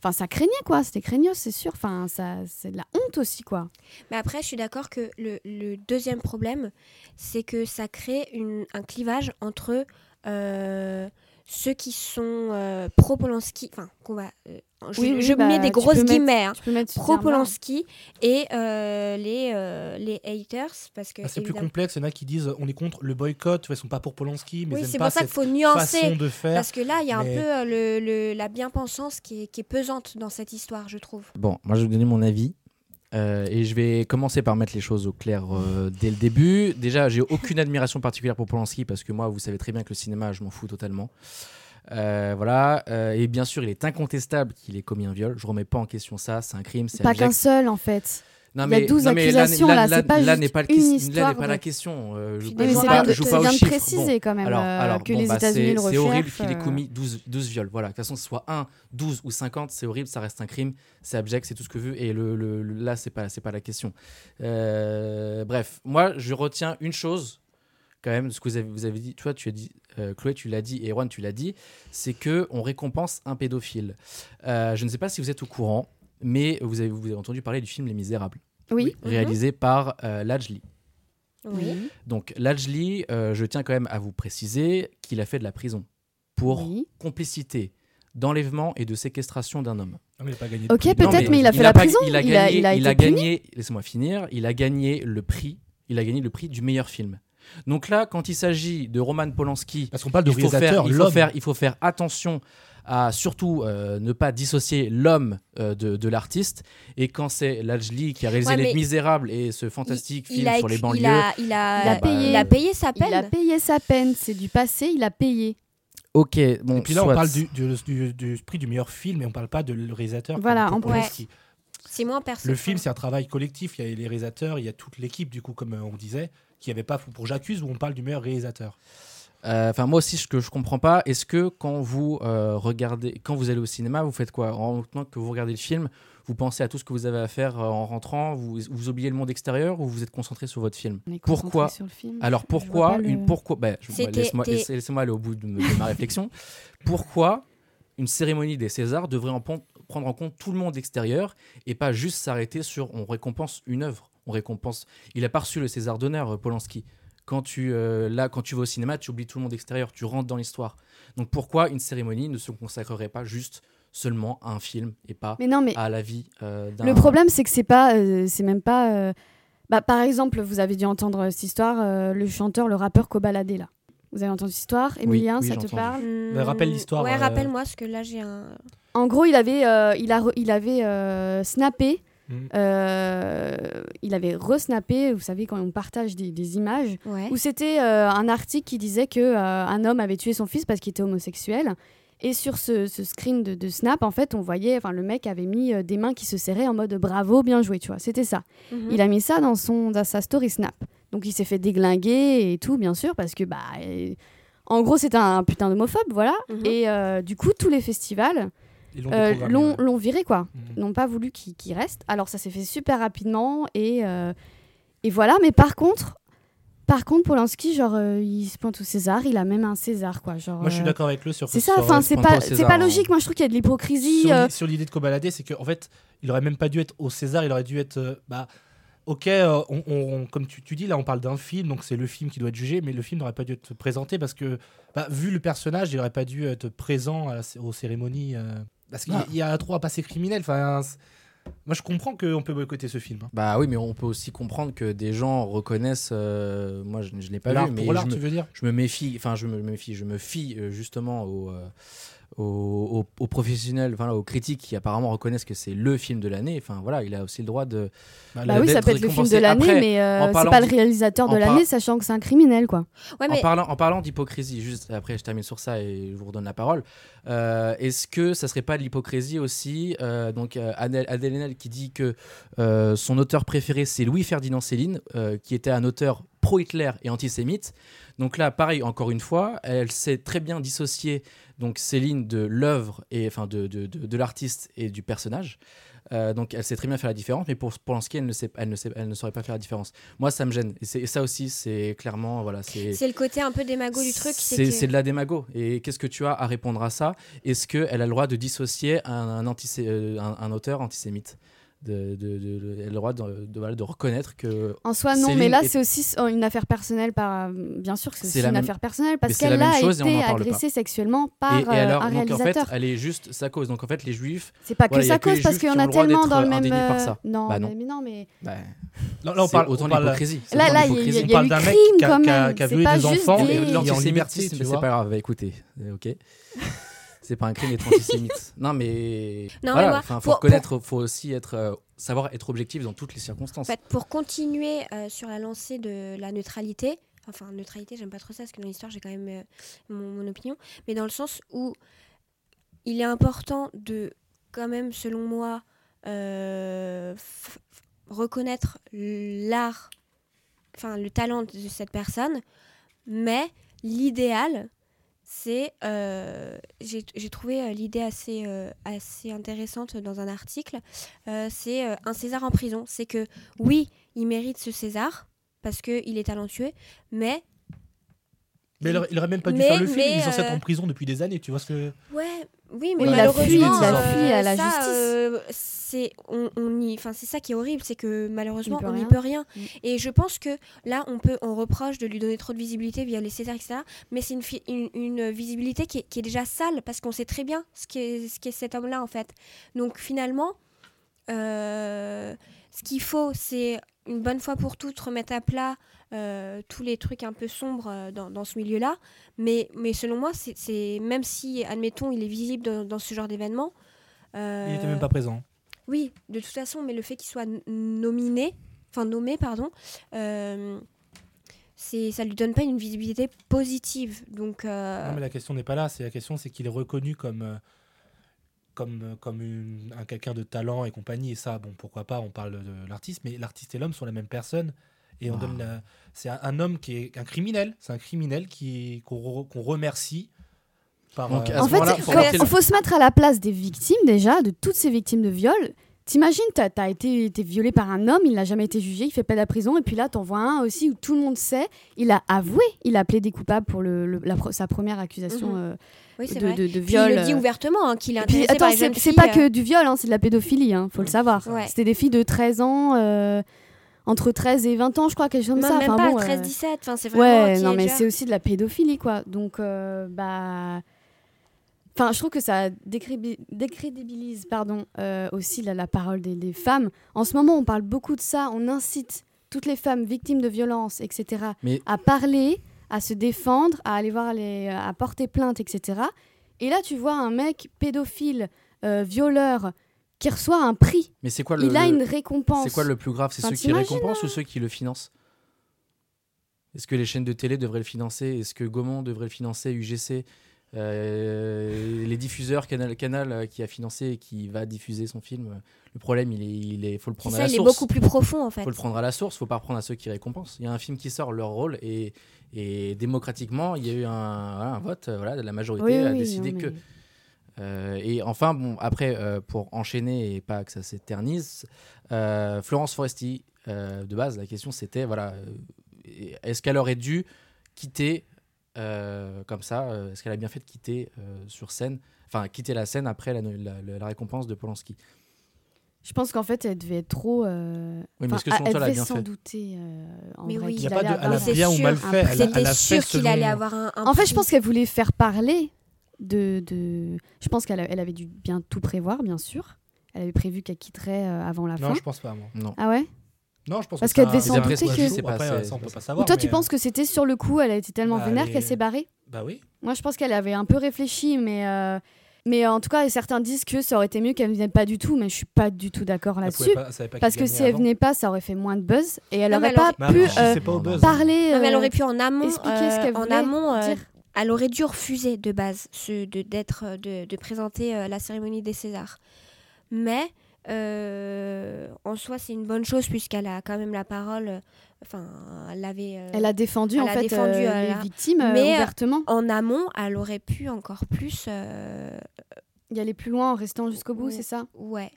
enfin ça craignait quoi, c'était craignos, c'est sûr. Enfin ça, c'est de la honte aussi quoi.
Mais après, je suis d'accord que le, le deuxième problème, c'est que ça crée une- un clivage entre euh, ceux qui sont euh, pro Polanski, enfin, qu'on va. euh, je
Oui, oui,
je
bah,
mets des
tu
grosses
peux mettre-
guillemets. hein,
Tu peux mettre ce
Pro
terme-là.
Polanski et euh, les, euh, les haters, parce que.
Ah, c'est plus
évidemment-
complexe. Il y en a qui disent euh, on est contre le boycott, tu vois, ils sont pas pour Polanski, mais
oui,
ils
c'est
aiment
pour
pas
ça qu'il
cette
faut
façon
nuancer.
de faire.
Parce que là, il y a
mais-
un peu euh, le, le- la bien-pensance qui est, qui est pesante dans cette histoire, je trouve.
Bon, moi je vais vous donner mon avis. Euh, et je vais commencer par mettre les choses au clair euh, dès le début. Déjà, j'ai aucune admiration particulière pour Polanski parce que moi, vous savez très bien que le cinéma, je m'en fous totalement. Euh, voilà. Euh, et bien sûr, il est incontestable qu'il ait commis un viol. Je remets pas en question ça. C'est un crime. C'est
Pas
abject.
qu'un seul en fait.
Non,
Il y a 12 accusations, là, c'est pas
là
juste
n'est pas, le
une
ques- là
histoire
n'est pas
de-
la question. Euh, je
Puis
joue
des
pas- je
c'est
joue
gens
pas,
bien de,
je joue
c'est
pas aux
bien de
chiffres. Bon.
préciser quand même
Alors,
euh,
alors,
que
bon,
les
bah, c'est-
États-Unis le recherchent.
C'est horrible qu'il ait
euh,
commis 12, 12 viols. Voilà, que ce soit 1, 12 ou 50, c'est horrible, ça reste un crime, c'est abject, c'est tout ce que veut. Et le, le- le- là, c'est pas, c'est pas la question. Euh, bref, moi, je retiens une chose, quand même, de ce que vous avez, vous avez dit. Toi, tu as dit, euh, Chloé, tu l'as dit, et Erwan, tu l'as dit, c'est que on récompense un pédophile. Euh, je ne sais pas si vous êtes au courant, mais vous avez, vous avez entendu parler du film Les Misérables,
Oui. mhm.
réalisé par euh, Lajli.
Oui.
Donc, Lajli, euh, je tiens quand même à vous préciser qu'il a fait de la prison pour
Oui.
complicité d'enlèvement et de séquestration d'un homme.
Non, Ah, mais il a pas gagné de
Ok,
prix.
peut-être,
Non,
mais il a fait la
pas-
prison,
Il a
il a-
gagné,
il a
il a
été puni.
gagné- laissez-moi finir, il a gagné le prix, il a gagné le prix du meilleur film. Donc là, quand il s'agit de Roman Polanski,
Parce qu'on parle de
il faut, faire,
réalisateur,
il, faut
l'homme.
faire, il faut faire attention à surtout euh, ne pas dissocier l'homme euh, de, de l'artiste. Et quand c'est Lajli qui a réalisé
Ouais,
Les
mais
Misérables et ce fantastique
il, il
film
a
sur les
écrit-
banlieues,
Il a, il a-
Il a
il
payé.
a payé sa peine.
Il a payé sa peine, c'est du passé, il a payé.
ok, bon,
Et puis là, on
soit.
parle du, du- du- du prix du meilleur film et on parle pas de le réalisateur.
Voilà,
comme
en
pour
plus.
Polanski.
C'est moins personnel.
Le film, c'est un travail collectif. Il y a les réalisateurs, il y a toute l'équipe, du coup, comme euh, on disait, qui avait pas pour J'accuse où on parle du meilleur réalisateur.
Euh, Enfin, moi aussi, ce que je comprends pas, est-ce que quand vous euh, regardez, quand vous allez au cinéma, vous faites quoi En même temps que vous regardez le film, vous pensez à tout ce que vous avez à faire euh, en rentrant, vous, vous oubliez le monde extérieur ou vous êtes concentré sur votre film
On est concentré
Pourquoi
sur le film.
Alors
Je vois
pourquoi
pas le-
une pourquoi bah, je-
C'était-
laisse-moi
t'es-
laissez- laissez-moi aller au bout de, m- de ma
[LAUGHS]
réflexion. Pourquoi une cérémonie des Césars devrait en pon- prendre en compte tout le monde extérieur et pas juste s'arrêter sur on récompense une œuvre, on récompense. Il a pas reçu le César d'honneur euh, Polanski. Quand tu euh, là quand tu vas au cinéma, tu oublies tout le monde extérieur, tu rentres dans l'histoire. Donc pourquoi une cérémonie ne se consacrerait pas juste seulement à un film et pas
Mais non, mais
à la vie euh, d'un.
Le problème, c'est que c'est pas, euh, c'est même pas. euh, bah, par exemple, vous avez dû entendre euh, cette histoire, euh, le chanteur, le rappeur Kobalade là. Vous avez entendu cette histoire, Emilien,
oui,
ça
j'ai
te
entendu.
parle
Mais rappelle l'histoire,
Hmm. Ouais,
euh,
rappelle-moi, parce que là, j'ai un.
En gros, il avait, euh, il a, re- il avait euh, snappé.
Mm.
Mhm.
euh, il avait resnappé, vous savez, quand on partage des, des images,
Ouais.
où c'était euh, un article qui disait que euh, un homme avait tué son fils parce qu'il était homosexuel. Et sur ce, ce screen de, de Snap, en fait, on voyait, enfin, le mec avait mis euh, des mains qui se serraient en mode bravo, bien joué, tu vois. C'était ça.
Mhm.
Il a mis ça dans, son, dans sa story Snap. Donc il s'est fait déglinguer et tout, bien sûr, parce que, bah. euh, En gros, c'est un putain d'homophobe, voilà.
Mhm.
Et euh, du coup, tous les festivals
Ils l'ont
euh,
déprogrammé,
l'ont
ouais.
l'ont viré, quoi.
Mhm.
N'ont pas voulu qu'il qu'il reste. Alors ça s'est fait super rapidement et, euh, et voilà. Mais par contre, par contre, Polanski, genre, euh, il se pointe au César. Il a même un César, quoi. Genre,
Moi, je suis
euh,
d'accord avec lui sur
C'est
cette
ça.
soirée.
Enfin, c'est
pointe pas
pas,
au
c'est
César,
pas
hein.
logique. Moi, je trouve qu'il y a de l'hypocrisie.
Sur
euh,
l'i- sur l'idée de Kobalade, c'est qu'en fait, il aurait même pas dû être au César, il aurait dû être. euh, bah, ok, euh, on, on- on- comme tu, tu dis, là, on parle d'un film, donc c'est le film qui doit être jugé, mais le film n'aurait pas dû être présenté parce que, bah, vu le personnage, il aurait pas dû être présent à la cé- aux cérémonies. euh, parce qu'il y a-
Ah.
il y a trop à passer criminel. Enfin, c'est- moi, je comprends qu'on peut boycotter ce film. hein.
Bah oui, mais on peut aussi comprendre que des gens reconnaissent. euh, moi, je, je l'ai pas
L'art
vu, mais
pour l'art,
je me,
tu veux dire
je me méfie. Enfin, je me méfie. Je me fie euh, justement aux, euh, aux, aux- aux professionnels, enfin aux critiques qui apparemment reconnaissent que c'est le film de l'année. Enfin voilà, il a aussi le droit de.
Bah oui, ça
d'être
peut être le film de
récompensé.
l'année,
Après,
mais euh,
en
c'est
parlant
pas le
du-
réalisateur de
en par-
l'année, sachant que c'est un criminel, quoi.
Ouais,
En
mais.
parlant, en parlant d'hypocrisie, juste après je termine sur ça et je vous redonne la parole. euh, Est-ce que ça serait pas de l'hypocrisie aussi euh, Donc euh, Adèle, Adèle Haenel qui dit que euh, son auteur préféré c'est Louis Ferdinand Céline, euh, qui était un auteur pro-Hitler et antisémite. Donc là, pareil, encore une fois, elle sait très bien dissocier donc Céline de l'œuvre et enfin de, de, de- de l'artiste et du personnage. Euh, donc elle sait très bien faire la différence, mais pour Polanski, elle ne sait, elle ne sait, elle ne saurait pas faire la différence. Moi, ça me gêne. Et, c'est- et ça aussi, c'est clairement voilà, c'est
C'est le côté un peu démago du truc.
c'est
que-
c'est de la démago. Et qu'est-ce que tu as à répondre à ça Est-ce qu'elle a le droit de dissocier un, un, antisé- euh, un- un auteur antisémite de, de- de- de- Elle a le droit de, de- voilà, de reconnaître que.
En soi, non,
Céline
mais là,
est-
c'est aussi euh, une affaire personnelle. Par... euh, Bien sûr que c'est
C'est
aussi
la
une
même-
affaire personnelle parce
mais c'est la
qu'elle
même
a
chose et on
été
en parle
agressée sexuellement par
et, et
euh,
alors,
un
donc en fait,
réalisateur.
elle est juste sa cause. Donc en fait, les juifs.
C'est pas que
voilà, y a
sa
que les
cause parce
Juifs
qu'il y
qui
en
ont
a
le droit
tellement
d'être,
dans le
euh,
même.
indemnis par ça.
Non,
Bah non.
mais, mais non, mais
bah,
Là, là, on
c'est
parle,
autant
on
de
parle,
l'hypocrisie. c'est
là,
autant
là,
de
il y a- il y,
l'hypocrisie.
a
On parle
eu
d'un mec
crime
qui a-
quand
qui a-
même.
qui a
C'est
violé
pas
des
juste des-
enfants, et de l'antisémitisme.
L'antisémitisme,
tu
c'est
vois.
pas grave, écoutez, euh, ok [LAUGHS] C'est pas un crime d'être antisémite. non, mais.
Non, mais
voilà,
moi,
enfin, faut
pour-
reconnaître, faut aussi être, euh, savoir être objectif dans toutes les circonstances.
En fait, Bah, pour continuer euh, sur la lancée de la neutralité, enfin neutralité, j'aime pas trop ça parce que dans l'histoire j'ai quand même euh, mon, mon opinion, mais dans le sens où il est important de quand même, selon moi, euh, f- f- reconnaître l'art, enfin le talent de cette personne, mais l'idéal, c'est, euh, j'ai j'ai trouvé euh, l'idée assez, euh, assez intéressante dans un article, euh, c'est euh, un César en prison. C'est que oui, il mérite ce César parce qu'il est talentueux, mais
Mais il aurait- il aurait même pas dû
Mais-
faire le film,
mais,
il est censé
euh,
être en prison depuis des années, tu vois ce que.
ouais, oui, mais
Oui, il a
malheureusement, euh,
fui, il a
fui à la
ça,
justice.
euh, c'est on, on y, enfin c'est ça qui est horrible, c'est que malheureusement
Il peut
on n'y
rien.
peut rien.
Mm.
Et je pense que là on peut, on reproche de lui donner trop de visibilité via les Césars, etc. Mais c'est une, fi- une, une visibilité qui est, qui est déjà sale parce qu'on sait très bien ce qu'est ce qu'est cet homme-là en fait. Donc finalement, euh, ce qu'il faut, c'est une bonne fois pour toutes remettre à plat euh, tous les trucs un peu sombres euh, dans, dans ce milieu-là. Mais, mais selon moi, c'est- c'est même si, admettons, il est visible dans, dans ce genre d'événement. euh,
Il était même pas présent.
Oui, de toute façon, mais le fait qu'il soit n- nominé, enfin nommé, pardon, euh, c'est- ça lui donne pas une visibilité positive. Donc, euh,
Non, mais la question n'est pas là. C'est la question, c'est qu'il est reconnu comme euh, comme euh, comme une- un quelqu'un de talent et compagnie. Et ça, bon, pourquoi pas On parle de l'artiste, mais l'artiste et l'homme sont la même personne. Et on
Ah.
donne, la- c'est un, un homme qui est un criminel. C'est un criminel qui qu'on re- qu'on remercie. Par,
Donc,
euh,
à
En
ce
fait,
moment-là,
il
faut
faut,
arrêter le-
faut se mettre à la place des victimes déjà, de toutes ces victimes de viol. T'imagines, t'as as été, été violé par un homme, il n'a jamais été jugé, il fait pas de la prison, et puis là, t'en vois un aussi où tout le monde sait, il a avoué, il a plaidé coupable pour le, le- la pro- sa première accusation
Mhm.
euh,
oui, c'est
de,
vrai.
de-
Puis
de viol.
il le dit
euh.
ouvertement hein, qu'il est
Et puis,
intéressé par
attends,
les
c'est
jeunes
c'est
filles,
pas
euh,
que du viol, hein, c'est de la pédophilie, hein, faut le savoir.
Ouais.
C'était des filles de 13 ans, euh, entre 13 et 20 ans, je crois, quelque chose comme
même,
ça.
même
Enfin,
pas
bon, euh,
13-17, enfin, c'est vraiment
Ouais, non, mais
teenager.
c'est aussi de la pédophilie, quoi. Donc, euh, bah. Enfin, je trouve que ça décrébi- décrédibilise pardon, euh, aussi la, la parole des, des femmes. En ce moment, on parle beaucoup de ça. On incite toutes les femmes victimes de violences, etc.,
Mais-
à parler, à se défendre, à aller voir les, à porter plainte, etc. Et là, tu vois un mec pédophile, euh, violeur, qui reçoit un prix.
Mais c'est quoi le.
Il a
le-
une récompense.
C'est quoi le plus grave C'est
Enfin,
ceux qui
t'imagines, hein.
récompensent ou ceux qui le financent Est-ce que les chaînes de télé devraient le financer Est-ce que Gaumont devrait le financer UGC Euh, les diffuseurs, Canal, Canal euh, qui a financé et qui va diffuser son film, euh, le problème, il est, il est, faut le
C'est
prendre à
ça,
la
il est
source.
beaucoup plus profond en fait.
faut le prendre à la source, faut pas prendre à ceux qui récompensent. Il y a un film qui sort, leur rôle, et, et démocratiquement, il y a eu un, voilà, un vote, euh, voilà, la majorité
Oui,
a
oui,
décidé
non, mais-
que. Euh, et enfin, bon, après, euh, pour enchaîner et pas que ça s'éternise, euh, Florence Foresti, euh, de base, la question c'était, voilà, euh, est-ce qu'elle aurait dû quitter euh, comme ça euh, Est-ce qu'elle a bien fait de quitter euh, sur scène Enfin, quitter la scène après la, la- la- la récompense de Polanski.
Je pense qu'en fait, elle devait être trop. euh,
Oui, mais
enfin,
est-ce que selon
elle
toi, elle a
devait
bien
sans
fait
douter. euh, en
Mais
vrai
oui.
qu'il
Il n'y a
allait
pas de. Elle
avoir
a
C'est
bien ou
sûr,
mal
un
fait. Elle a-
C'était
elle a fait
sûr qu'il allait
selon-
avoir un. un
En fait,
prix.
je pense qu'elle voulait faire parler de. de... Je pense qu'elle a- elle avait dû bien tout prévoir, bien sûr. Elle avait prévu qu'elle quitterait euh, avant la
Non,
fin.
je pense pas, moi.
Non.
Ah ouais
Non, je
Parce
pense que c'est
qu'elle devait
un-
s'en
c'est un
douter
choix
que-
chaud.
C'est pas
Après,
assez-
ça, on peut
c'est
pas
pas-
savoir.
Ou toi,
mais,
tu penses que c'était sur le coup, elle a été tellement
Bah,
vénère
les-
qu'elle s'est barrée
euh, Bah oui.
Moi, je pense qu'elle avait un peu réfléchi, mais. euh, Mais en tout cas, certains disent que ça aurait été mieux qu'elle ne vienne pas du tout, mais je suis pas du tout d'accord
Elle
là-dessus.
pouvait pas- elle savait pas qui
Parce que
gagnait
si elle
avant.
venait pas, ça aurait fait moins de buzz et elle
Non, mais
n'aurait
elle
pas
Mais
pu
alors, si
euh,
c'est pas au
Non, non,
buzz.
parler.
Non, mais elle
euh,
aurait pu en amont,
expliquer ce
euh,
qu'elle
en
voulait
amont, euh,
dire.
elle aurait dû refuser de base ce, de, d'être, euh, de, de présenter euh, la cérémonie des Césars. Mais euh, en soi, c'est une bonne chose puisqu'elle a quand même la parole. euh, Enfin, elle l'avait. euh,
Elle a défendu
Elle
en
a
fait
défendu,
euh,
elle
les
a-
victimes euh,
Mais, euh,
ouvertement.
En amont, elle aurait pu encore plus. euh,
Il y aller plus loin en restant jusqu'au bout,
Ouais.
c'est ça
ouais.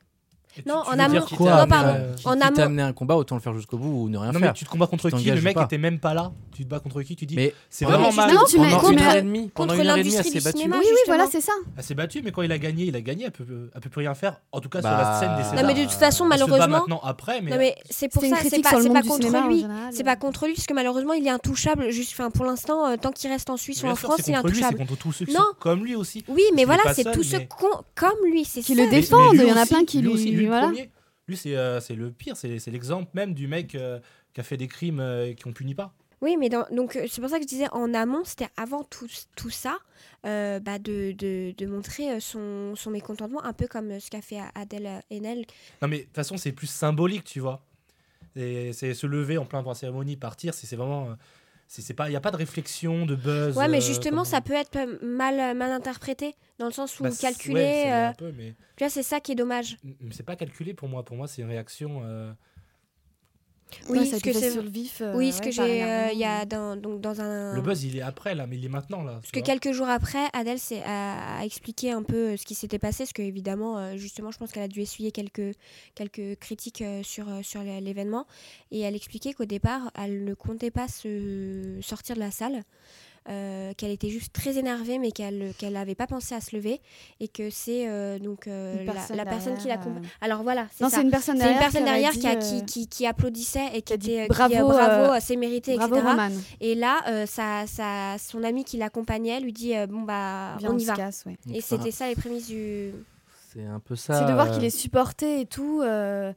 Et tu-
Non,
tu
en
veux
amont.
dire
Oh,
Non,
après,
pardon.
euh,
Qui-
En
quitte à
amont.
amener un combat, autant le faire jusqu'au bout ou ne rien
Non, mais
faire.
tu te combats contre qui Le
t'engages
mec
pas.
était même pas là. Tu te bats contre qui Tu dis.
Mais
C'est
Non,
vraiment
mais
mal.
non, tu mets-
pendant une
contre-
heure et demie, pendant
contre
une heure et demie, elle
l'industrie
s'est
du
battue.
cinéma. Ah,
Oui, oui,
justement.
voilà, c'est ça.
Elle s'est battue, mais quand il a gagné, il a gagné. Elle peut, elle peut plus rien faire. En tout cas, sur
Bah,
la scène des
Non,
Césars.
mais
de toute façon,
Ah, Elle se bat
malheureusement-
maintenant, après, mais.
Non, mais c'est pour
C'était une
ça, c'est
critique
pas,
sur le
c'est
monde
pas
du
contre
cinéma en
lui.
général.
C'est pas contre lui, parce que malheureusement, il est intouchable. Juste, enfin, pour l'instant, euh, tant qu'il reste en Suisse ou
Bien
en
sûr,
France,
c'est
il est
contre lui,
intouchable.
C'est contre tous ceux qui
Non.
sont comme lui aussi.
Oui, mais
qu'il est
voilà,
pas
c'est
seul,
tous ceux
mais-
con- comme lui, c'est
Qui
ça.
le
Mais-
défendent,
mais lui
il y en a
aussi,
plein qui
aussi,
lui-
le
voilà.
premier. Lui, c'est euh, c'est le pire. C'est c'est l'exemple même du mec euh, qui a fait des crimes euh, qui ont puni pas.
Oui, mais dans- donc euh, c'est pour ça que je disais en amont, c'était avant tout, tout ça, euh, bah, de, de- de montrer euh, son, son mécontentement, un peu comme euh, ce qu'a fait A- Adèle Haenel.
Non, mais de toute façon, c'est plus symbolique, tu vois. Et C'est se lever en plein de la cérémonie, partir, c'est c'est vraiment. euh, c'est- c'est pas Il n'y a pas de réflexion, de buzz.
Ouais, mais
euh,
justement,
comme-
ça peut être euh, mal, euh, mal interprété, dans le sens où
Bah, c'est-
calculé,
ouais, c'est
euh,
un peu, mais
tu vois, c'est ça qui est dommage.
mais c'est pas calculé pour moi. Pour moi, c'est une réaction. euh,
Oui,
Ouais, ça a
ce
été
que,
fait
c'est-
sur le vif. euh,
oui, ce
ouais,
que
par
j'ai. euh,
énormément.
Il y a dans, donc, dans un.
Ah.
Le buzz, il est après, là, mais il est maintenant, là.
Parce
tu
que
vois.
quelques jours après, Adèle s'est- a, a expliqué un peu euh, ce qui s'était passé, parce que évidemment, euh, justement, je pense qu'elle a dû essuyer quelques, quelques critiques euh, sur, euh, sur l'é- l'événement. Et elle expliquait qu'au départ, elle ne comptait pas se sortir de la salle, euh, qu'elle était juste très énervée, mais qu'elle qu'elle n'avait pas pensé à se lever, et que c'est euh, donc euh,
Une
la,
personne
la personne qui l'a
derrière,
compa-
euh,
Alors voilà, c'est
Non,
ça.
c'est une personne
C'est
derrière.
une personne
aurait
derrière
dit,
qui, a-
euh,
qui, qui, qui applaudissait et qui,
a dit
était, euh,
bravo,
qui, euh, bravo,
euh,
euh, c'est mérité,
Bravo,
etc.
Roman.
Et là, euh, sa, sa- son ami qui l'accompagnait lui dit euh, Bon, bah,
Viens,
on y
se
va.
casse, ouais.
Et c'était ça les prémices du.
C'est un peu ça.
C'est de voir qu'il
euh,
est supporté et tout. euh,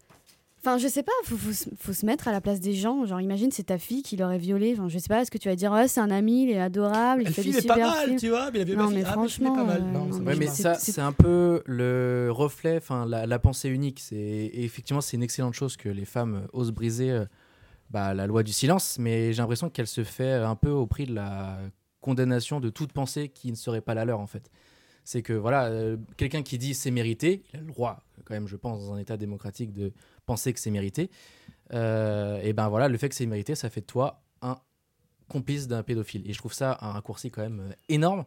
Enfin, je sais pas, faut, faut, se- faut se mettre à la place des gens. Genre, imagine, c'est ta fille qui l'aurait violée. Enfin, je sais pas, est-ce que tu vas dire, ouais, c'est un ami, il est adorable, il
Elle
fait des
filme pas
super
mal,
films.
tu vois, mais la vieille
Non,
m'a
mais
dit, ah, le film est pas
franchement,
mal.
euh,
Non,
non,
ça
mais
Ouais,
marche
mais
pas.
c'est-
ça,
c'est-
c'est un peu le reflet, enfin la, la pensée unique. C'est et effectivement, c'est une excellente chose que les femmes euh, osent briser euh, bah, la loi du silence, mais j'ai l'impression qu'elle se fait euh, un peu au prix de la condamnation de toute pensée qui ne serait pas la leur en fait. C'est que voilà, euh, quelqu'un qui dit c'est mérité, il a le droit quand même, je pense, dans un État démocratique, de penser que c'est mérité. Euh, et ben voilà, le fait que c'est mérité, ça fait de toi un complice d'un pédophile. Et je trouve ça un raccourci quand même euh, énorme.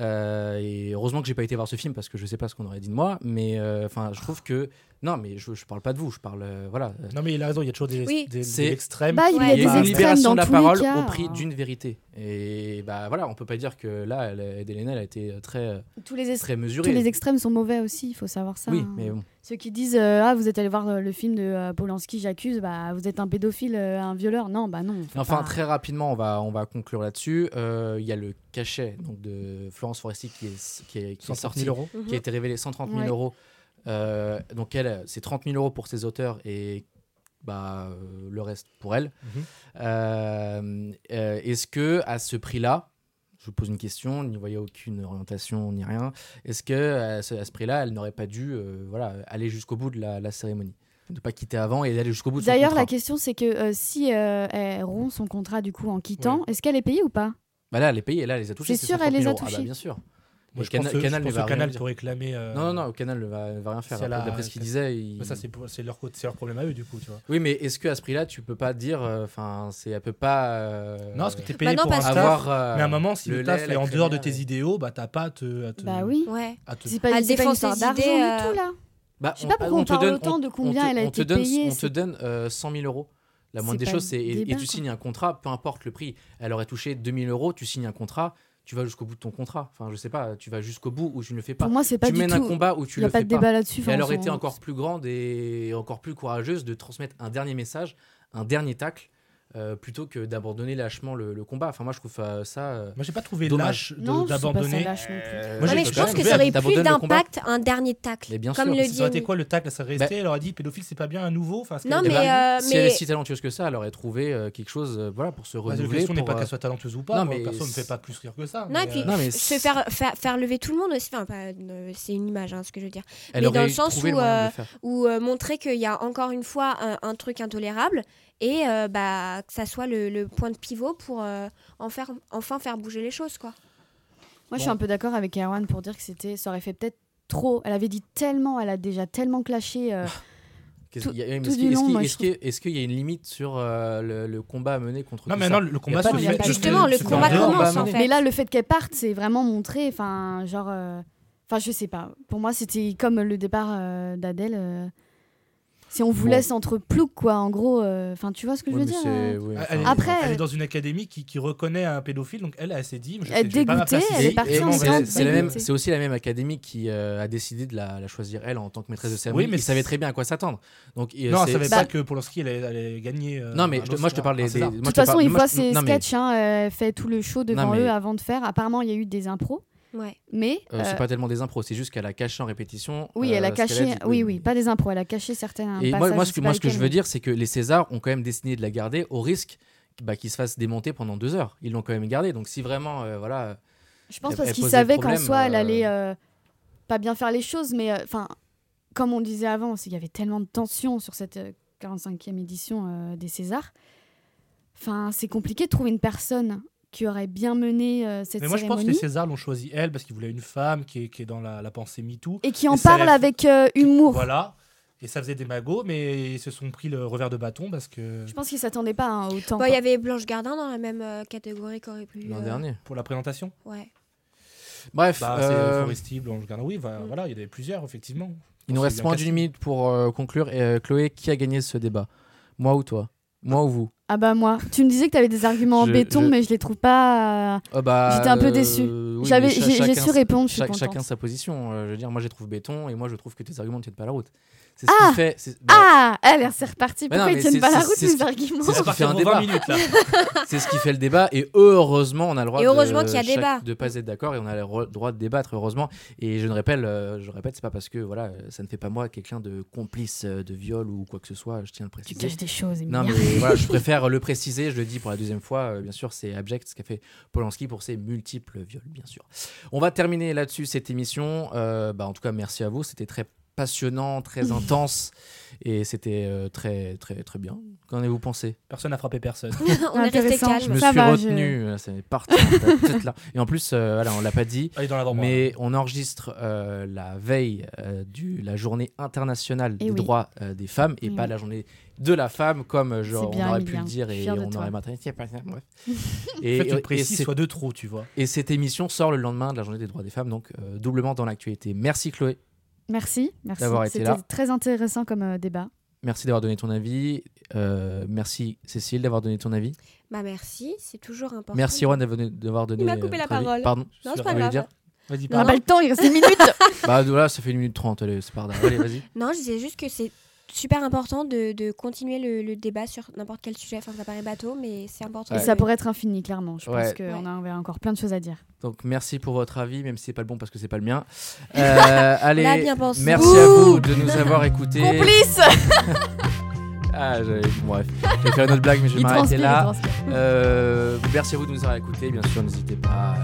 Euh, et heureusement que j'ai pas été voir ce film parce que je sais pas ce qu'on aurait dit de moi, mais euh, enfin, je trouve que Non, mais je, je parle pas de vous, je parle. euh, voilà. euh,
Non, mais il a raison, il y a toujours des,
Oui.
des- des
C'est-
extrêmes.
Bah, il
Ouais.
y a
Il y a
des
une
extrêmes
libération
dans
de la
tous les
parole
cas.
au prix d'une vérité. Et bah voilà, on peut pas dire que là, elle- Ed Helena, elle a été très, euh,
Tous les, es-
très mesurée.
tous les extrêmes sont mauvais aussi, il faut savoir ça.
oui,
hein.
mais bon.
Ceux qui disent euh, Ah, vous êtes allé voir euh, le film de euh, Polanski, j'accuse, bah, vous êtes un pédophile, euh, un violeur. Non, bah non. faut
Enfin,
pas-
très rapidement, on va, on va conclure là-dessus. Euh, Il y a le cachet donc, de Florence Foresti qui est, qui est, qui est
130
sorti,
000 euros.
qui a été révélé 130 000
Ouais.
euros. Euh, donc, elle, c'est 30 000 euros pour ses auteurs et bah, euh, le reste pour elle.
Mhm.
Euh, euh, Est-ce que à ce prix-là, je vous pose une question, n'y voyez aucune orientation ni rien, est-ce que à ce, à ce prix-là, elle n'aurait pas dû euh, voilà, aller jusqu'au bout de la, la cérémonie Ne pas quitter avant et aller jusqu'au bout de son
D'ailleurs,
contrat.
la question, c'est que euh, si euh, elle rompt son contrat du coup en quittant, est-ce qu'elle est payée ou pas
Bah là, elle est payée, là, elle les a touchés. ces
C'est sûr, elle
130 000
les a
euros. Ah bah,
touchés.
bien sûr.
Moi,
Et
je
Cana-
pense que- je
Canal ne
pense
va
que
rien
Canal
dire.
pour réclamer. euh,
Non, non, non, au canal ne va, ne va rien faire.
c'est la-
D'après ce qu'il disait, il-
mais Ça, c'est pour- c'est leur, côté- c'est leur problème à eux, du coup, tu vois.
Oui, mais est-ce que à ce prix-là, tu peux pas dire, euh, enfin, c'est, elle peut pas. euh,
Non, parce
Bah
que t'es payé
non,
pour un
parce que-
taf.
avoir. euh,
Mais à un moment, si
le euh,
le
lait,
taf
la
est en dehors de
crémière,
tes
et-
idéos, bah t'as pas à te. à te-
Bah oui.
Ouais.
à te-
C'est pas,
Elle
c'est pas
défend
une histoire
ses
d'argent
idées,
du
euh,
tout, là.
Bah,
Je sais pas pourquoi on
te
parle
donne-
autant de
on- on
combien
te-
elle a
on
été
te donne,
payée,
On te
c'est-
donne euh, 100 000 euros. La
C'est
moindre des
pas
choses, c'est. Et,
débat,
et tu
quoi.
signes un contrat, peu importe le prix. Elle aurait touché 2000 euros, tu signes un contrat, tu vas jusqu'au bout de ton contrat. Enfin, je sais pas, tu vas jusqu'au bout ou tu ne le fais pas.
Pour moi, c'est pas
tu
du
mènes un
tout.
combat ou tu
Il n'y
le
a pas
fais
de
pas.
débat là-dessus.
Et
enfin,
elle
on
aurait été
s'en-
encore plus grande et encore plus courageuse de transmettre un dernier message, un dernier tacle, euh, plutôt que d'abandonner lâchement le, le combat. Enfin, moi, je trouve euh, ça. euh,
Moi, j'ai pas trouvé
Dommage.
lâche de-
Non, c'est pas ça
d'abandonner.
lâche non plus.
Moi,
Non,
j'ai
mais
pas
je
quand
pense
même
que
vu,
ça aurait eu plus
t'abandonnes le combat.
d'impact un dernier tacle.
Mais bien
comme
sûr,
le
Ça aurait été
dit.
quoi le tacle Elle serait restée, elle aurait dit pédophile, c'est pas bien, à nouveau. Enfin, ce
Non,
qu'elle-
mais,
Eh ben,
euh,
si elle est si talentueuse que ça, elle aurait trouvé euh, quelque chose euh, voilà, pour se
bah, La
renouveler.
question n'est
pour,
pas
euh,
qu'elle soit talentueuse ou pas.
Non,
moi,
mais
Perso, on ne
c'est-
fait pas plus rire que ça.
Non, et
mais,
puis,
euh,
non, mais
Se faire, faire, faire lever tout le monde aussi, enfin, pas, euh, c'est une image, hein, ce que je veux dire,
elle
mais
aurait
dans le sens
trouvé
où,
moyen de
euh,
le faire.
ou euh, montrer qu'il y a encore une fois un, un truc intolérable et euh, bah, que ça soit le, le point de pivot pour euh, en faire, enfin faire bouger les choses, quoi.
Moi, je suis
Bon.
un peu d'accord avec Erwan pour dire que c'était, ça aurait fait peut-être trop. Elle avait dit tellement, elle a déjà tellement clashé. euh,
Qu'est-ce-
tout-
il y a- mais
tout
Est-ce
du
qu'il- est-ce
long,
qu'il-
moi, je
est-ce qu'il- est-ce qu'il y a une limite sur euh, le, le combat à mener contre
Non,
tout
mais
ça
non, le combat
pas
se
de
fait.
limite.
se
Justement,
fait-
le
se fait
combat
en dehors.
combat
commence,
à
en
mener.
fait.
mais là, le fait qu'elle parte, c'est vraiment montré. Enfin, genre, euh, enfin, je sais pas. Pour moi, c'était comme le départ euh, d'Adèle. euh, si on vous
Bon.
laisse entre ploucs, quoi, en gros. euh, Enfin, tu vois ce que
Oui,
je veux
mais
dire
c'est-
euh
oui,
Elle, est-
enfin,
Après,
elle est
euh,
dans une académie qui, qui reconnaît un pédophile, donc elle, elle s'est dit. je sais-
Elle
je vais pas
dégoûtée,
m'applacer.
elle est
Et-
partie
et
en
c'est-
disant,
c'est la même-
dégoûtée.
C'est aussi la même académie qui euh, a décidé de la, la choisir elle en tant que maîtresse de cérémonie.
Oui, mais
Ils savaient
c'est-
très bien à quoi s'attendre. Donc et,
Non,
c'est-
elle savait
c'est-
pas que Polanski allait, allait gagner. euh,
Non, mais
un
je te- moi je te
Oscar,
parle des.
un
des- moi,
César.
De
je
toute
te parle-
façon, il
moi,
voit
je-
ses
non, mais,
sketchs, hein, euh, elle fait tout le show devant
mais-
eux avant de faire. Apparemment, il y a eu des impros,
Ouais.
mais
euh,
euh,
C'est pas tellement des impros, c'est juste qu'elle a caché en répétition.
oui,
euh,
elle a
ce qu'elle
caché.
dit.
oui, oui, pas des impros, elle a caché certains.
Et moi,
passages,
moi,
je
ce
sais
que,
pas
moi, ce que je
lesquels,
veux dire, c'est que les Césars ont quand même décidé de la garder au risque bah, qu'ils se fassent démonter pendant deux heures. Ils l'ont quand même gardée. Donc si vraiment, euh, voilà,
Je pense
Elle-
parce
elle
qu'il
posait
savait qu'en
problème,
soi, elle
euh,
allait euh, pas bien faire les choses, mais euh, enfin, comme on disait avant, c'est qu'il y avait tellement de tensions sur cette euh, 45e édition euh, des Césars. Enfin, c'est compliqué de trouver une personne qui aurait bien mené euh, cette
Mais moi, je pense que les
cérémonie
Césars l'ont choisi elle parce qu'ils voulaient une femme qui est, qui est dans la, la pensée MeToo.
et qui en
Et ça
parle
l'a-
avec euh, humour.
Voilà. Et ça faisait des magots, mais ils se sont pris le revers de bâton parce que
Je pense qu'ils s'attendaient pas hein, autant.
Bon, Bah, Il y avait Blanche Gardin dans la même euh, catégorie qu'aurait pu.
l'an
euh,
dernier.
pour la présentation.
Ouais. [LAUGHS]
Bref,
Bah,
euh,
c'est Foresti, Blanche Gardin. Oui, bah,
Mm.
voilà, il y en avait plusieurs, effectivement.
il nous
c'est
reste
bien
moins
cassé.
d'une minute pour euh, conclure. Et, euh, Chloé, qui a gagné ce débat Moi ou toi Moi ou vous
Ah bah moi, tu me disais que tu avais des arguments en
Je-
béton,
je-
mais je les trouve pas. euh,
Oh, bah,
J'étais un peu
euh,
déçue.
oui, mais
J'avais,
cha-
j'ai, j'ai
chacun
su
sa-
répondre, je suis
chaque-
contente.
chacun sa position. euh, je veux dire, moi, je trouve béton et moi, je trouve que tes arguments ne tiennent pas la route. C'est ce
Ah
qui fait. c'est- bah,
Ah, allez, c'est reparti.
Mais non,
Pourquoi ils
mais
tiennent
c'est-
pas la
c'est-
route
c'est ce
les
qui-
arguments
C'est ce qui
à
fait
partir
un
de
débat.
20 minutes, là.
C'est ce qui fait le débat. Et heureusement, on a le droit
Et heureusement
de
qu'il y a
chaque-
débat.
de pas être d'accord et on a le re- droit de débattre, heureusement. Et je ne répète, euh, je répète, c'est pas parce que voilà, euh, ça ne fait pas moi quelqu'un de complice euh, de viol ou quoi que ce soit. Je tiens à le
Tu
préciser.
caches des choses,
Non, mais voilà,
[LAUGHS]
je préfère le préciser. Je le dis pour la deuxième fois. euh, bien sûr, c'est abject ce qu'a fait Polanski pour ses multiples viols, bien sûr. On va terminer là-dessus cette émission. Euh, bah, en tout cas, merci à vous. C'était très passionnant,
[LAUGHS]
très intense et c'était euh, très très très bien. Qu'en avez-vous pensé
Personne n'a frappé personne.
On est resté
Intéressant.
Je
calme.
me
Ça
suis
va, je-
retenu, euh, c'est parti.
[LAUGHS]
on va peut-être là. Et en plus, euh, voilà, on l'a pas dit,
Allez, dans l'avant
mais on enregistre euh, la veille euh, de la journée internationale
Eh
des
oui.
droits euh, des femmes et
Eh
pas
oui.
la journée de la femme, comme euh, je-
C'est
on
bien,
aurait pu
Emilien.
le dire
Je suis
et
fière de
on
toi.
aurait matin.
[LAUGHS]
Bref. et,
Faites
et-
le
et
précis,
c'est-
soit de trop, tu vois.
et cette émission sort le lendemain de la journée des droits des femmes, donc euh, doublement dans l'actualité. Merci Chloé.
Merci, merci.
D'avoir été
C'était
là.
très intéressant comme euh, débat.
Merci d'avoir donné ton avis. Euh, merci Cécile d'avoir donné ton avis.
Bah merci, c'est toujours important.
Merci Juan d'avoir donné- d'avoir donné.
Il m'a coupé la
votre avis.
parole.
Pardon.
Non, c'est
Vous
pas
voulez
grave.
dire
Vas-y,
On n'a
parle.
pas le temps, il reste 10 [LAUGHS] minutes.
Bah voilà, ça fait une minute trente. Allez, c'est pas grave. Allez,
[LAUGHS]
vas-y.
Non, je disais juste que c'est super important de, de continuer le, le débat sur n'importe quel sujet. Enfin, ça paraît bateau, mais c'est important.
Ouais.
Ça pourrait être infini, clairement. Je
Ouais.
pense qu'on avait encore plein de choses à dire.
Donc merci pour votre avis, même si c'est pas le bon parce que c'est pas le
[LAUGHS]
mien. Euh, allez,
Là, bien pensé.
merci à vous de nous avoir écoutés.
Complice
Ah, j'avais- bref, je vais faire une autre blague, mais je vais
Il
m'arrêter
transpire, il
là.
transpire.
Euh, merci à vous de nous avoir écoutés. Bien sûr, n'hésitez pas à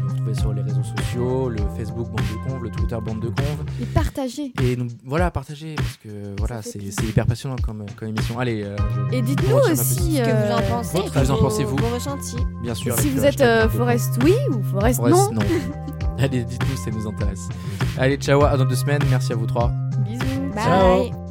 nous retrouver sur les réseaux sociaux, le Facebook Bande de Conve, le Twitter Bande de Conve.
Et partagez.
Et donc, voilà, partagez parce que voilà,
fait
c'est
plaisir.
c'est hyper passionnant comme, comme émission. Allez, euh, je-
Et
je
dites-nous
retiens ma petite-
aussi
Ce que vous en
euh,
pensez.
Votre- vous en
vos-
pensez, vous
Vos ressentis.
Bien sûr.
si
les
vous
fleurs,
êtes
je
euh,
tape dans le-
Forest oui ou Forest, non.
Forest, non. [LAUGHS] Allez, dites-nous, ça nous intéresse. Allez, ciao, à dans deux semaines. Merci à vous trois.
Bisous.
Bye.
Ciao.